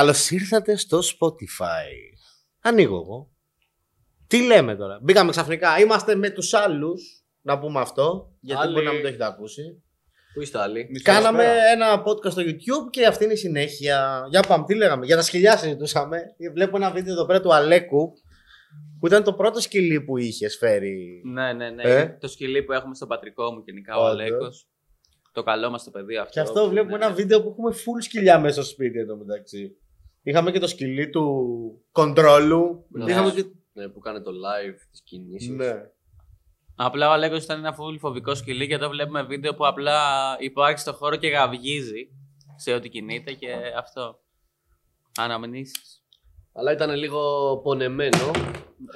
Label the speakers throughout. Speaker 1: Καλώς ήρθατε στο Spotify. Ανοίγω εγώ. Τι λέμε τώρα. Μπήκαμε ξαφνικά. Είμαστε με τους άλλους. Να πούμε αυτό. Γιατί
Speaker 2: Άλλοι.
Speaker 1: μπορεί να μην το έχετε ακούσει.
Speaker 2: Πού είστε άλλοι.
Speaker 1: Κάναμε ένα podcast στο YouTube και αυτή είναι η συνέχεια. Για πάμε, τι λέγαμε. Για τα σκυλιά συζητούσαμε. Βλέπω ένα βίντεο εδώ πέρα του Αλέκου. Που ήταν το πρώτο σκυλί που είχες φέρει.
Speaker 2: Ναι, ναι, ναι.
Speaker 1: Ε.
Speaker 2: Το σκυλί που έχουμε στον πατρικό μου γενικά, ο
Speaker 1: Όντως.
Speaker 2: Αλέκος. Το καλό μας το παιδί αυτό. Ναι.
Speaker 1: Και αυτό
Speaker 2: που
Speaker 1: βλέπουμε
Speaker 2: είναι-
Speaker 1: ένα βίντεο που έχουμε full σκυλιά μέσα στο σπίτι εδώ μεταξύ. Είχαμε και το σκυλί του κοντρόλου.
Speaker 3: Ναι.
Speaker 1: Είχαμε και.
Speaker 3: Ναι, που κάνει το live, τι κινήσει.
Speaker 1: Ναι.
Speaker 2: Απλά ο Αλέκος ήταν ένα φουλ φοβικό σκυλί και εδώ βλέπουμε βίντεο που απλά υπάρχει στο χώρο και γαυγίζει σε ό,τι κινείται και αυτό. Αναμνήσεις.
Speaker 3: Αλλά ήταν λίγο πονεμένο,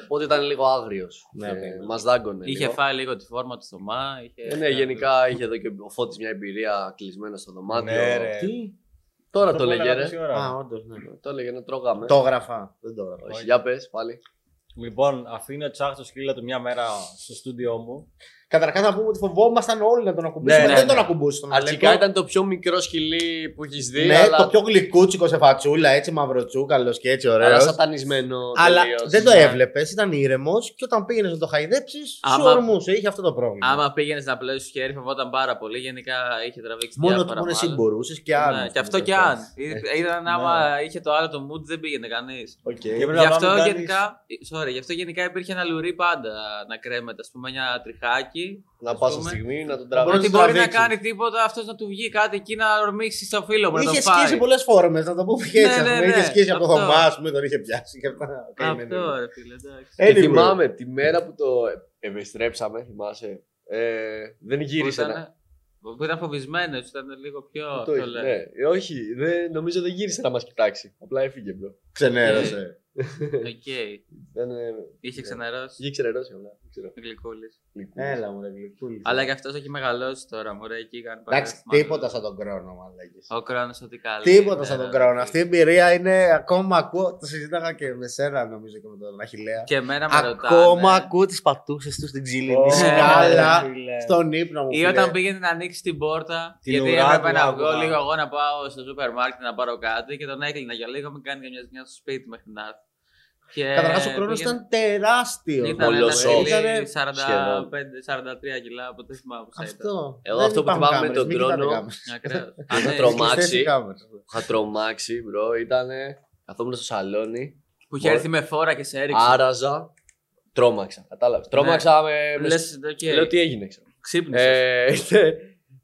Speaker 3: οπότε ήταν λίγο άγριος.
Speaker 1: Ναι, ναι.
Speaker 3: Μας δάγκωνε.
Speaker 2: Είχε
Speaker 3: λίγο.
Speaker 2: φάει λίγο τη φόρμα του στομά. Είχε...
Speaker 3: Ε, ναι, γενικά είχε εδώ και ο Φώτης μια εμπειρία κλεισμένο στο δωμάτιο.
Speaker 4: Ναι, ρε.
Speaker 1: Τι.
Speaker 3: Τώρα
Speaker 4: Το
Speaker 3: το,
Speaker 4: που
Speaker 3: λέγε,
Speaker 4: έλεγα
Speaker 3: ρε.
Speaker 4: τόση ώρα.
Speaker 1: Α, όντως, ναι.
Speaker 3: Το έλεγε να τρώγαμε.
Speaker 1: Το έγραφα. Δεν το έγραφα.
Speaker 3: Όχι, για πες πάλι.
Speaker 4: Λοιπόν, αφήνω τσάχ το σκύλα του μια μέρα στο στούντιό μου.
Speaker 1: Καταρχάς να πούμε ότι φοβόμασταν όλοι να τον ακουμπήσουμε.
Speaker 4: Ναι, ναι,
Speaker 1: δεν
Speaker 4: ναι.
Speaker 1: τον ακουμπούσαν. τον
Speaker 3: Αρχικά
Speaker 1: Αλέκο.
Speaker 3: ήταν το πιο μικρό σκυλί που έχεις δει.
Speaker 1: Ναι,
Speaker 3: αλλά...
Speaker 1: το πιο γλυκούτσικο σε φατσούλα, έτσι μαυροτσούκαλος και έτσι ωραίος.
Speaker 3: αλλά
Speaker 1: Αλλά,
Speaker 3: σατανισμένο. τελείως.
Speaker 1: δεν το
Speaker 3: Ναι.
Speaker 1: έβλεπες, ήταν ήρεμος και όταν πήγαινες να το χαϊδέψεις, σου
Speaker 2: Άμα-
Speaker 1: ορμούσε. Είχε αυτό το πρόβλημα.
Speaker 2: Άμα πήγαινες να πλέεις χέρι, φοβόταν πάρα πολύ. Γενικά είχε τραβήξει
Speaker 1: Μόνο
Speaker 2: διάφορα
Speaker 1: του μόνο εσύ
Speaker 2: μάλλον.
Speaker 1: μπορούσε και άλλο.
Speaker 2: Ναι, και αυτό κι αν. Ή- Ήταν
Speaker 3: Ναι.
Speaker 2: άμα είχε το άλλο το mood, δεν πήγαινε κανείς.
Speaker 1: Ε,
Speaker 4: Και
Speaker 2: Γι'
Speaker 4: έπρεπε να
Speaker 2: αυτό,
Speaker 4: πάμε κάνεις-
Speaker 2: γενικά, sorry, γι' αυτό γενικά υπήρχε ένα λουρί πάντα να κρέμεται. Ας πούμε, ένα τριχάκι.
Speaker 3: Να
Speaker 2: ας
Speaker 3: πάσα
Speaker 2: πούμε.
Speaker 3: στιγμή να τον
Speaker 1: Μπορεί
Speaker 3: τραβήξει.
Speaker 2: Ότι
Speaker 1: να
Speaker 2: μπορεί να
Speaker 1: τραβήξει.
Speaker 2: κάνει τίποτα, αυτός να του βγει κάτι εκεί να ορμήξει στο φίλο μου. να
Speaker 1: Είχε
Speaker 2: τον πάρει.
Speaker 1: σκίσει πολλές φόρμες, να το πούμε και
Speaker 2: Ναι,
Speaker 1: έτσι. ας
Speaker 2: ναι,
Speaker 1: πούμε.
Speaker 2: ναι.
Speaker 1: Είχε σκίσει από το
Speaker 2: Αυτό.
Speaker 1: Θωμά, ας πούμε, τον είχε πιάσει. και αυτά. ναι,
Speaker 2: Αυτό, ρε φίλε, εντάξει.
Speaker 3: Και
Speaker 1: Anyway.
Speaker 3: θυμάμαι τη μέρα που το ε- επιστρέψαμε, θυμάσαι. Ε, δεν γύρισε.
Speaker 2: Που
Speaker 3: να-
Speaker 2: ήταν- Που ήταν φοβισμένος, ήταν λίγο πιο.
Speaker 3: Το
Speaker 2: το
Speaker 3: έχει,
Speaker 2: λέω.
Speaker 3: ναι. Ε, όχι, δεν- νομίζω δεν γύρισε να μας κοιτάξει. Απλά έφυγε μπρο.
Speaker 1: Ξενέρωσε.
Speaker 2: Οκ.
Speaker 3: Δεν, ε,
Speaker 1: Ναι.
Speaker 2: Είχε ξαναρώσει.
Speaker 3: είχε ξενερώσει απλά. δεν ξέρω.
Speaker 2: Γλυκούλης.
Speaker 3: Γλυκούλης.
Speaker 1: Έλα μου, ρε γλυκούλη.
Speaker 2: Αλλά και αυτός έχει μεγαλώσει τώρα, μωρέ, εκεί κάνει
Speaker 1: Εντάξει,
Speaker 2: παράστημα.
Speaker 1: τίποτα σαν τον κρόνο, μαλάκι.
Speaker 2: Ο χρόνος ότι ναι, καλά.
Speaker 1: Τίποτα σαν τον Κράουν. Αυτή η εμπειρία είναι ακόμα ακούω. Το συζήταγα και με σένα, νομίζω, και με τον Αχηλέα.
Speaker 2: Και εμένα με
Speaker 1: Ακόμα
Speaker 2: ρωτάνε.
Speaker 1: ακούω τις πατούσες τους στην ξύλινη
Speaker 4: Ω,
Speaker 1: σκάλα.
Speaker 4: ρε φίλε.
Speaker 1: Στον ύπνο μου.
Speaker 2: Ή
Speaker 1: φίλε.
Speaker 2: όταν πήγαινε να ανοίξει την πόρτα.
Speaker 4: Την
Speaker 2: γιατί
Speaker 4: ουρά
Speaker 2: έπρεπε
Speaker 4: του
Speaker 2: να βγω
Speaker 4: άκουγα.
Speaker 2: λίγο εγώ να πάω στο σούπερ μάρκετ να πάρω κάτι και τον έκλεινα για λίγο. Μην κάνει καμιά ζημιά στο σπίτι μέχρι να έρθει. Και
Speaker 1: Καταρχά ο χρόνος
Speaker 2: πήγαινε-
Speaker 1: ήταν τεράστιο.
Speaker 2: Ήταν ένα
Speaker 3: Κολοσσός.
Speaker 2: σκυλί
Speaker 1: Ήτανε-
Speaker 2: 45-43 κιλά, ποτέ θυμάμαι πώ ήταν.
Speaker 1: Αυτό.
Speaker 3: Εγώ
Speaker 1: Δεν
Speaker 3: αυτό που
Speaker 1: υπάρχουν
Speaker 3: θυμάμαι με
Speaker 1: κάμερες,
Speaker 3: τον
Speaker 1: μην κοιτάτε
Speaker 3: Κρόνο-
Speaker 1: κάμερες.
Speaker 2: Ακραίο.
Speaker 3: Αν
Speaker 2: Ναι,
Speaker 3: τρομά-
Speaker 1: Κλειστές
Speaker 3: Μάξι.
Speaker 1: οι κάμερες.
Speaker 3: Είχα τρομάξει, μπρο. Ήτανε. Καθόμουν στο σαλόνι.
Speaker 2: Που είχε έρθει με φόρα και σε έριξε. Ναι.
Speaker 3: Άραζα. Τρόμαξα. Κατάλαβες. Τρόμαξα με. με-
Speaker 2: Λες,
Speaker 3: Λέω τι έγινε, ξέρω.
Speaker 2: ξύπνησες.
Speaker 3: Ε,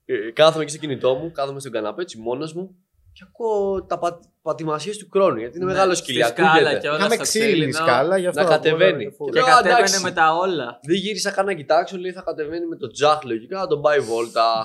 Speaker 3: ε, Κάθομαι εκεί στο κινητό μου, κάθομαι στον καναπέ, έτσι μόνος μου. Και ακούω τα πα, πατημασίες του χρόνου. Γιατί είναι μεγάλο σκυλί.
Speaker 2: Ναι, Σκάλα
Speaker 3: ακούγεται.
Speaker 2: και όλα
Speaker 1: Είχαμε
Speaker 2: στο
Speaker 1: ξύλινη
Speaker 2: ξύλινο.
Speaker 1: σκάλα, γι' αυτό. ακούω,
Speaker 3: κατεβαίνει.
Speaker 1: ρε, φουλ.
Speaker 2: Και
Speaker 3: Λέω,
Speaker 2: κατέβαινε
Speaker 3: εντάξει.
Speaker 2: με τα όλα.
Speaker 3: Δεν γύρισα καν να κοιτάξω, λέει θα κατεβαίνει με το τζαχ λογικά, να τον πάει βόλτα.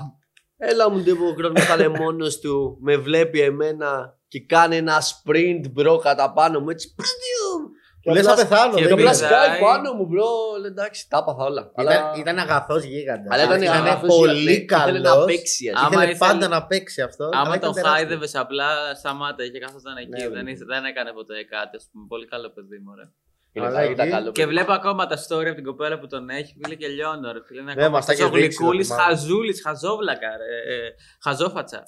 Speaker 3: Έλα μου δεν μπορεί να θα μόνος του, με βλέπει εμένα και κάνει ένα sprint μπρο κατά πάνω μου έτσι. πριντιουμ.
Speaker 1: Του Λες θα
Speaker 3: απλά-
Speaker 1: πεθάνω.
Speaker 2: και
Speaker 1: δεν
Speaker 3: Και απλά
Speaker 1: πειράζει.
Speaker 2: πήρα.
Speaker 3: σκάει πάνω μου μπρο, λέει, εντάξει τα έπαθα όλα.
Speaker 1: Ήταν- Ήταν αγαθός γίγαντας.
Speaker 3: αλλά ήταν,
Speaker 2: ήτανε
Speaker 3: αγαθός, ήθελε-
Speaker 1: πολύ
Speaker 3: ήθελε
Speaker 1: καλό.
Speaker 3: να παίξει. ας.
Speaker 2: Άμα
Speaker 1: Ήθελε
Speaker 2: ήθελε-
Speaker 1: πάντα να παίξει αυτό. αλλά
Speaker 2: Άμα
Speaker 1: ήταν
Speaker 2: τον
Speaker 1: τεράστιο.
Speaker 2: χάιδευες απλά, σταμάτα και καθόταν εκεί.
Speaker 1: Ναι,
Speaker 2: δεν,
Speaker 1: ναι.
Speaker 2: ήρθε- δεν έκανε ποτέ κάτι. Ας πούμε. Πολύ καλό παιδί μου. Ρε.
Speaker 3: Είναι
Speaker 1: Αλλά
Speaker 3: καλά, ήταν
Speaker 1: εκεί-
Speaker 3: καλό
Speaker 2: Και
Speaker 3: παιδί.
Speaker 2: βλέπω ακόμα τα story από την κοπέλα που τον έχει. Φίλε και λιώνω. Ρε. Φίλε, είναι
Speaker 1: Ναι,
Speaker 2: ακόμα
Speaker 1: μας τα
Speaker 2: αυτός
Speaker 1: έχεις
Speaker 2: ο
Speaker 1: δείξει,
Speaker 2: γλυκούλης,
Speaker 1: το θυμάμαι.
Speaker 2: χαζούλης, χαζόβλακα. Ρε. Ε, ε, χαζόφατσα.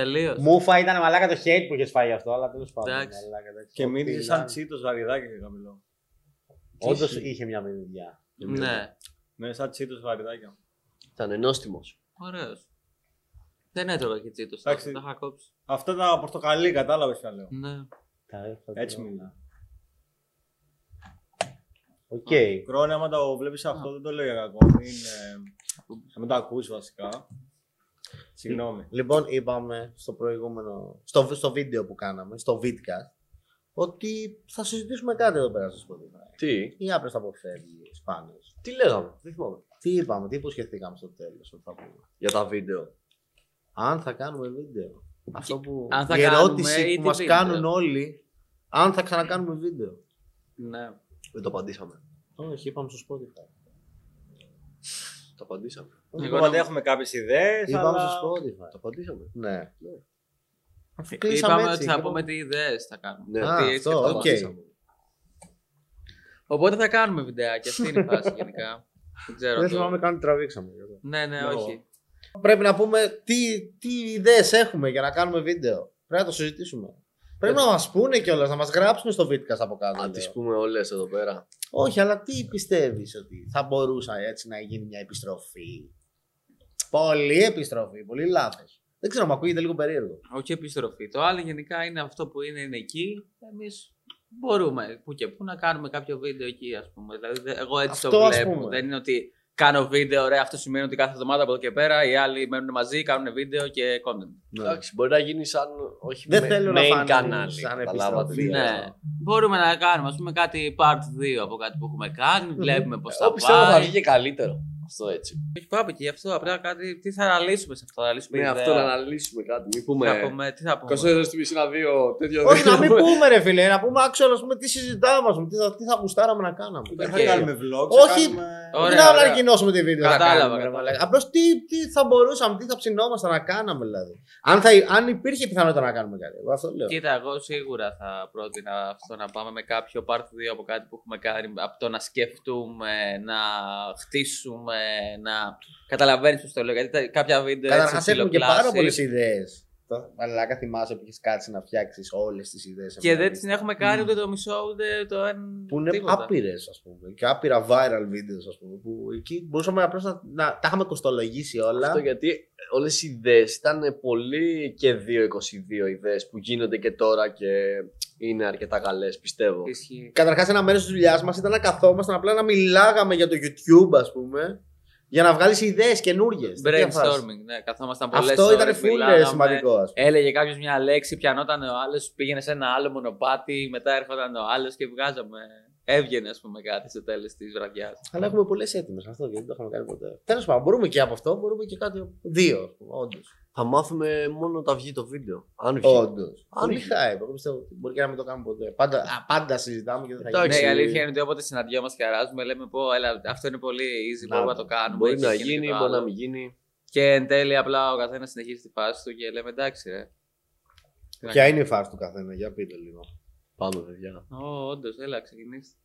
Speaker 2: Τελείως.
Speaker 1: Μούφα ήταν μαλάκα το hate που είχες φάει αυτό, αλλά τέλος πάντων. ναι,
Speaker 2: Εντάξει.
Speaker 1: μαλάκα, εντάξει.
Speaker 4: Και
Speaker 1: Ό,τι
Speaker 4: μίλησε
Speaker 1: να
Speaker 4: σαν
Speaker 1: είναι.
Speaker 4: τσίτος βαριδάκι και καμιλό.
Speaker 1: Όντως είχε μια μυρωδιά.
Speaker 2: Ναι.
Speaker 4: Ναι, σαν τσίτος βαριδάκι.
Speaker 3: Ήταν ενόστιμος.
Speaker 2: Ωραίος. Δεν έτρωγα και τσίτος. Το
Speaker 4: Εντάξει.
Speaker 2: είχα κόψει.
Speaker 4: Αυτό ήταν πορτοκαλί, κατάλαβε τι λέω.
Speaker 2: Ναι.
Speaker 1: Τα έχω
Speaker 4: Έτσι
Speaker 1: τώρα.
Speaker 4: μιλά.
Speaker 1: Οκ.
Speaker 4: Κρόνια, άμα το βλέπεις αυτό, δεν το λέω για κακό. Μην, ε, να μην το ακούσει βασικά. Συγγνώμη.
Speaker 1: Λοιπόν, είπαμε στο προηγούμενο, στο, στο βίντεο που κάναμε, στο Vidcast, ότι θα συζητήσουμε κάτι εδώ πέρα στο Spotify.
Speaker 3: Τι,
Speaker 1: Ή άπρες θα αποφεύγει σπάνιες.
Speaker 3: τι λέγαμε, δεν θυμάμαι.
Speaker 1: Τι είπαμε, τι υποσχεθήκαμε στο τέλος ότι θα πούμε.
Speaker 3: Για τα βίντεο.
Speaker 1: Αν θα κάνουμε βίντεο. Αυτό που.
Speaker 2: αν θα
Speaker 1: η
Speaker 2: κάνουμε
Speaker 1: ερώτηση
Speaker 2: ή
Speaker 1: που
Speaker 2: τι
Speaker 1: μας
Speaker 2: βίντεο.
Speaker 1: κάνουν όλοι, αν θα ξανακάνουμε βίντεο.
Speaker 2: ναι.
Speaker 3: Δεν το απαντήσαμε.
Speaker 1: Όχι, είπαμε στο Spotify.
Speaker 3: Το απαντήσαμε.
Speaker 4: Λοιπόν, δεν έχουμε κάποιες ιδέες.
Speaker 1: Είπαμε
Speaker 4: Αλλά...
Speaker 1: στο Spotify.
Speaker 3: Το απαντήσαμε.
Speaker 1: Ναι.
Speaker 2: Είπαμε
Speaker 1: έτσι, λοιπόν.
Speaker 2: ότι θα
Speaker 1: είπαμε.
Speaker 2: πούμε τι ιδέες θα κάνουμε.
Speaker 3: Ναι,
Speaker 1: Α,
Speaker 2: Τι έτσι
Speaker 1: αυτό,
Speaker 2: αυτό
Speaker 1: οκ.
Speaker 2: απαντήσαμε. Οπότε θα κάνουμε βιντεάκια. Αυτή είναι η φάση γενικά. Δεν ξέρω.
Speaker 1: Δεν
Speaker 2: το-
Speaker 1: θυμάμαι καν τι τραβήξαμε. γι' αυτό.
Speaker 2: Ναι, ναι,
Speaker 4: Ναι,
Speaker 2: όχι.
Speaker 1: Πρέπει να πούμε τι, τι ιδέες έχουμε για να κάνουμε βίντεο. Πρέπει να το συζητήσουμε. Πρέπει
Speaker 2: Ε,
Speaker 1: να μας πούνε κιόλας, να μας γράψουν στο Βίτκας από κάτω.
Speaker 3: Να
Speaker 1: λέω.
Speaker 3: τις πούμε όλες εδώ πέρα.
Speaker 1: Όχι, αλλά τι πιστεύεις ότι θα μπορούσε έτσι να γίνει μια επιστροφή. Πολύ επιστροφή, πολύ λάθος. Δεν ξέρω, μου ακούγεται λίγο περίεργο.
Speaker 2: Όχι επιστροφή. Το άλλο γενικά είναι αυτό που είναι, είναι εκεί. Εμείς μπορούμε που και που να κάνουμε κάποιο βίντεο εκεί, ας πούμε. Δηλαδή, δε- εγώ έτσι
Speaker 1: Αυτό,
Speaker 2: το
Speaker 1: ας
Speaker 2: βλέπω.
Speaker 1: πούμε.
Speaker 2: Δεν είναι ότι κάνω βίντεο, ωραία. Αυτό σημαίνει ότι κάθε εβδομάδα από εδώ και πέρα οι άλλοι μένουν μαζί, κάνουν βίντεο και content.
Speaker 3: Εντάξει, μπορεί να γίνει σαν. Όχι
Speaker 1: Ναι. Δεν
Speaker 3: με-
Speaker 1: θέλω να
Speaker 3: main
Speaker 1: φανώ
Speaker 3: κανάλι.
Speaker 1: σαν
Speaker 3: καταλάβατε
Speaker 1: επιστροφή.
Speaker 3: τι
Speaker 2: Ναι.
Speaker 3: εννοώ.
Speaker 2: Μπορούμε να κάνουμε, ας πούμε, κάτι part 2 από κάτι που έχουμε κάνει. Βλέπουμε πώς θα
Speaker 3: Εγώ πιστεύω θα
Speaker 2: πάει.
Speaker 3: βγει και καλύτερο. Αυτό έτσι.
Speaker 2: Όχι, πάμε και γι' αυτό. Απλά κάτι. Τι θα αναλύσουμε σε αυτό. Θα αναλύσουμε
Speaker 3: Ναι,
Speaker 2: ιδέα.
Speaker 3: αυτό να αναλύσουμε κάτι. Μην
Speaker 2: Θα
Speaker 3: πούμε.
Speaker 2: πούμε, τι θα πούμε.
Speaker 3: Κοστό έδωσε τη ένα δύο τέτοιο.
Speaker 1: Όχι, να μην πούμε ρε φίλε, να πούμε άξιο να πούμε τι συζητάμε, ας πούμε, τι θα, τι θα γουστάραμε να κάναμε.
Speaker 4: Δεν θα
Speaker 2: Οκ.
Speaker 4: κάνουμε vlog.
Speaker 1: Όχι.
Speaker 4: θα κάνουμε-
Speaker 2: Ωραία,
Speaker 1: Ωραία, να
Speaker 2: ωραία.
Speaker 1: ανακοινώσουμε τη βίντεο.
Speaker 2: Κατάλαβα, κατάλαβα.
Speaker 1: Απλώς τι, τι θα μπορούσαμε, τι θα ψινόμασταν να κάναμε δηλαδή. Αν, θα, αν υπήρχε πιθανότητα να κάνουμε κάτι. Εγώ αυτό λέω.
Speaker 2: Κοίτα, εγώ σίγουρα θα πρότεινα αυτό να πάμε με κάποιο part 2 από κάτι που έχουμε κάνει. Από το να σκεφτούμε, να χτίσουμε, να. Καταλαβαίνεις πώς το λέω. Γιατί τα- κάποια βίντεο.
Speaker 1: Καταρχάς
Speaker 2: έτσι
Speaker 1: έχουμε και πάρα πολλέ
Speaker 2: ψιλοκλάσεις
Speaker 1: ιδέε. Μαλάκα θυμάσαι που είχε κάτσει να φτιάξεις όλες τις ιδέες.
Speaker 2: Και δεν την έχουμε κάνει ούτε το μισό ούτε το εν.
Speaker 1: Που είναι
Speaker 2: τίποτα.
Speaker 1: άπειρες, ας πούμε. Και άπειρα viral videos, ας πούμε. Που εκεί μπορούσαμε απλώς να, να τα είχαμε κοστολογήσει όλα.
Speaker 3: Αυτό γιατί όλες οι ιδέες ήταν πολύ και 2-22 ιδέες που γίνονται και τώρα και είναι αρκετά καλές, πιστεύω.
Speaker 2: Ισχύει.
Speaker 1: Καταρχάς, ένα μέρος της δουλειάς μας ήταν να καθόμασταν απλά να μιλάγαμε για το YouTube, ας πούμε. Για να βγάλεις ιδέες καινούριε.
Speaker 2: Brainstorming, ναι, καθόμασταν πολλές
Speaker 1: Αυτό ήταν full σημαντικό, ας πούμε.
Speaker 2: Έλεγε κάποιος μια λέξη, πιανόταν ο άλλος, πήγαινε σε ένα άλλο μονοπάτι, μετά έρχονταν ο άλλος και βγάζαμε. Έβγαινε, ας πούμε, κάτι στο τέλος της βραδιάς.
Speaker 1: Αλλά έχουμε πολλές έτοιμες αυτό γιατί δεν το είχαμε κάνει ποτέ. Τέλος πάντων, μπορούμε και από αυτό, μπορούμε και κάτι. Δύο, όντως.
Speaker 3: Θα μάθουμε μόνο όταν βγει το βίντεο. Αν βγει.
Speaker 1: Όντως.
Speaker 3: Αν
Speaker 1: Πολύ
Speaker 3: βγει.
Speaker 1: hype. Εγώ πιστεύω ότι μπορεί και να μην το κάνουμε ποτέ. Πάντα, α, πάντα συζητάμε και δεν θα γίνει.
Speaker 3: Εντάξει,
Speaker 2: Ναι, η αλήθεια είναι ότι όποτε συναντιόμαστε και αράζουμε, λέμε πω, έλα, αυτό είναι πολύ easy,
Speaker 1: Να,
Speaker 2: μπορούμε να το κάνουμε.
Speaker 3: μπορεί
Speaker 2: και
Speaker 3: να
Speaker 2: εκείνο και
Speaker 3: γίνει,
Speaker 2: το
Speaker 3: μπορεί να
Speaker 2: άλλο.
Speaker 3: μην γίνει.
Speaker 2: Και εν τέλει, απλά ο καθένας συνεχίζει τη φάση του και λέμε εντάξει, ρε.
Speaker 1: Ποια είναι η φάση του καθένα, για πείτε λίγο.
Speaker 3: Πάμε, παιδιά.
Speaker 2: Ω, όντως, έλα, ξεκινήστε.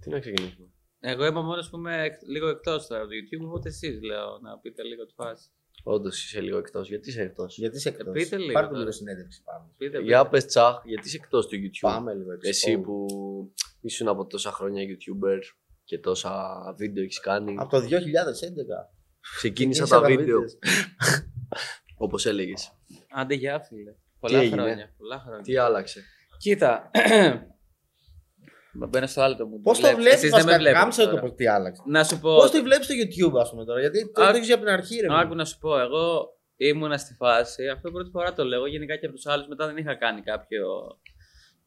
Speaker 3: Τι να ξεκινήσουμε.
Speaker 2: Εγώ είμαι μόνος που είμαι εκ- λίγο εκτός τώρα του YouTube, οπότε εσείς λέω να πείτε λίγο τη φάση.
Speaker 3: Όντως είσαι λίγο εκτός. Γιατί είσαι εκτός.
Speaker 1: Γιατί σε εκτός.
Speaker 2: πείτε λίγο
Speaker 1: Πάρτε
Speaker 2: τώρα.
Speaker 1: λίγο συνέντευξη πάμε.
Speaker 2: Πείτε, πείτε.
Speaker 3: Για πες τσαχ, γιατί είσαι εκτός του YouTube.
Speaker 1: Πάμε λίγο.
Speaker 3: Εσύ
Speaker 1: expose.
Speaker 3: που ήσουν από τόσα χρόνια YouTuber και τόσα βίντεο έχεις κάνει.
Speaker 1: Από το 2011.
Speaker 3: Ξεκίνησα
Speaker 1: Ίσα
Speaker 3: τα βίντεο
Speaker 1: βίντεος.
Speaker 3: όπως έλεγες.
Speaker 2: Άντε γεια φίλε. Πολλά
Speaker 3: έγινε?
Speaker 2: χρόνια. Πολλά χρόνια.
Speaker 3: Τι άλλαξε.
Speaker 2: Κοίτα. με μπαίνω στο άλλο το μου.
Speaker 1: Πώς το βλέπεις,
Speaker 2: Εσείς δεν με βλέπετε
Speaker 1: Κάμψε το
Speaker 2: τώρα.
Speaker 1: πώς τι άλλαξες.
Speaker 2: Να σου πω.
Speaker 1: Πώς τη βλέπεις στο YouTube, ας πούμε τώρα, γιατί το
Speaker 2: Α,
Speaker 1: έδειξε από την αρχή, ρε.
Speaker 2: Άκου να σου πω, εγώ ήμουνα στη φάση, αυτό πρώτη φορά το λέω, γενικά και από τους άλλους μετά δεν είχα κάνει κάποιο,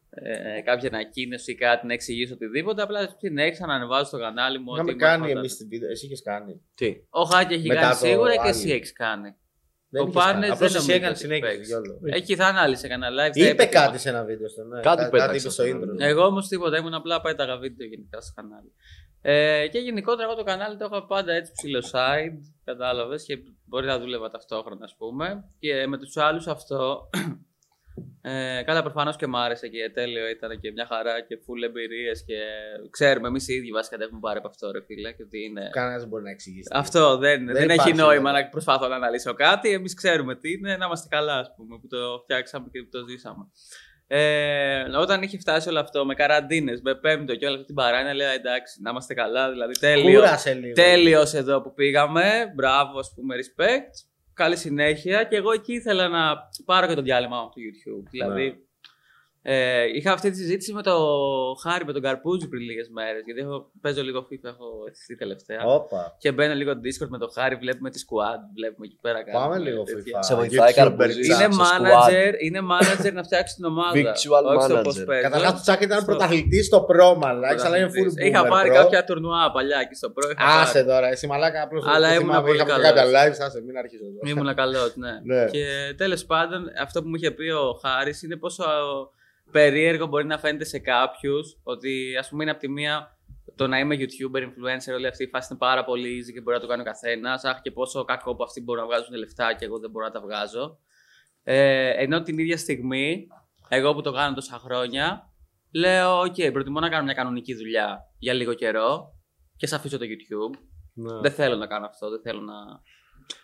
Speaker 2: ε, κάποια ανακοίνωση ή κάτι να εξηγήσω οτιδήποτε, απλά την έξα να ανεβάζω στο κανάλι μου.
Speaker 1: Είχαμε
Speaker 2: ό,τι
Speaker 1: κάνει
Speaker 2: μαθαίνω.
Speaker 1: εμείς την βίντεο, εσύ είχες κάνει.
Speaker 3: Τι.
Speaker 2: Ο Χάκη έχει
Speaker 1: Μετά
Speaker 2: κάνει
Speaker 1: το
Speaker 2: σίγουρα και
Speaker 1: άλλο.
Speaker 2: εσύ έχεις κάνει.
Speaker 1: Δεν
Speaker 2: Ο
Speaker 1: είχες κάνει.
Speaker 2: Barnes
Speaker 1: Απλώς
Speaker 2: δεν
Speaker 1: εσύ
Speaker 2: νομίζω
Speaker 1: έκανες
Speaker 2: ότι
Speaker 1: συνέχεια.
Speaker 2: παίξει.
Speaker 1: διόλου.
Speaker 2: Εκεί θα ανάλυσε κανένα live. θα
Speaker 1: Είπε
Speaker 2: έπαιξε.
Speaker 1: κάτι σε ένα βίντεο στο ναι.
Speaker 3: Κάτι
Speaker 1: Κά-
Speaker 3: πέταξε
Speaker 1: είπε στο
Speaker 3: αυτό.
Speaker 1: intro.
Speaker 2: Εγώ όμως τίποτα, ήμουν απλά πέταγα βίντεο γενικά στο κανάλι. Ε, και γενικότερα εγώ το κανάλι το είχα πάντα έτσι ψηλό side, κατάλαβες και μπορεί να δούλευα ταυτόχρονα, ας πούμε. Και με τους άλλους αυτό. Ε, καλά, προφανώς και μ' άρεσε και τέλειο ήταν και μια χαρά και full εμπειρίες. Και ξέρουμε εμείς οι ίδιοι βασικά τα έχουμε πάρει από αυτό, ρε φίλε. Και ότι είναι...
Speaker 1: Κανένας δεν μπορεί να εξηγήσει.
Speaker 2: Αυτό δεν, δεν,
Speaker 1: Δεν υπάρχει,
Speaker 2: έχει νόημα
Speaker 1: δεν.
Speaker 2: να προσπαθώ να αναλύσω κάτι. Εμείς ξέρουμε τι είναι, να είμαστε καλά, ας πούμε, που το φτιάξαμε και που το ζήσαμε. Ε, όταν είχε φτάσει όλο αυτό με καραντίνες, με πέμπτο και όλη αυτή την παράνοια, λέω εντάξει, να είμαστε καλά, δηλαδή τέλειο.
Speaker 1: Κούρασε λίγο.
Speaker 2: Τέλειος εδώ που πήγαμε. Μπράβο, ας πούμε, respect. Καλή συνέχεια. Και εγώ εκεί ήθελα να πάρω και το διάλειμμα μου από το
Speaker 1: Ναι.
Speaker 2: YouTube. Δηλαδή, ε, είχα αυτή τη συζήτηση με το Χάρη, με τον Καρπούζη πριν λίγες μέρες. Γιατί έχω, παίζω λίγο FIFA, έχω εθιστεί τελευταία.
Speaker 1: Όπα.
Speaker 2: Και μπαίνω λίγο Discord με το Χάρη, βλέπουμε τη squad, βλέπουμε εκεί πέρα κάτι. ναι,
Speaker 1: Πάμε λίγο
Speaker 2: τέτοια.
Speaker 1: FIFA.
Speaker 3: Σε βοηθάει
Speaker 1: YouTuber
Speaker 3: καρπούζι.
Speaker 1: chat.
Speaker 2: Είναι
Speaker 3: Στο
Speaker 2: manager, είναι manager να φτιάξει την ομάδα.
Speaker 3: Virtual
Speaker 2: όχι στο
Speaker 3: manager.
Speaker 2: πώς παίζω.
Speaker 1: Καταρχά, του Τσάκ ήταν
Speaker 2: Στο-
Speaker 1: πρωταθλητής στο προ, μαλάκα. Αλλά είναι
Speaker 2: Πρωταθλητής.
Speaker 1: full
Speaker 2: Είχα
Speaker 1: boomer
Speaker 2: πάρει
Speaker 1: pro.
Speaker 2: κάποια τουρνουά παλιά και στο πρώτο. είχα πάρει.
Speaker 1: Άσε τώρα, εσύ μαλάκα. Απλώς
Speaker 2: Αλλά
Speaker 1: το
Speaker 2: ήμουν
Speaker 1: θυμάμαι,
Speaker 2: πολύ
Speaker 1: είχαμε και
Speaker 2: καλός.
Speaker 1: κάποια live, άσε, μην αρχίσω εδώ.
Speaker 2: Ήμουν καλός, ναι.
Speaker 1: Ναι.
Speaker 2: Και τέλος πάντων, αυτό που μου είχε πει ο Χάρης είναι πόσο περίεργο μπορεί να φαίνεται σε κάποιους ότι ας πούμε είναι από τη μία το να είμαι YouTuber, influencer, όλη αυτή η φάση είναι πάρα πολύ easy και μπορεί να το κάνει ο καθένας. Αχ, και πόσο κακό που αυτοί μπορούν να βγάζουν λεφτά και εγώ δεν μπορώ να τα βγάζω. Ε, ενώ την ίδια στιγμή, εγώ που το κάνω τόσα χρόνια, λέω: Οκ, προτιμώ να κάνω μια κανονική δουλειά για λίγο καιρό και σε αφήσω το YouTube.
Speaker 1: Ναι.
Speaker 2: Δεν θέλω να κάνω αυτό, δεν θέλω να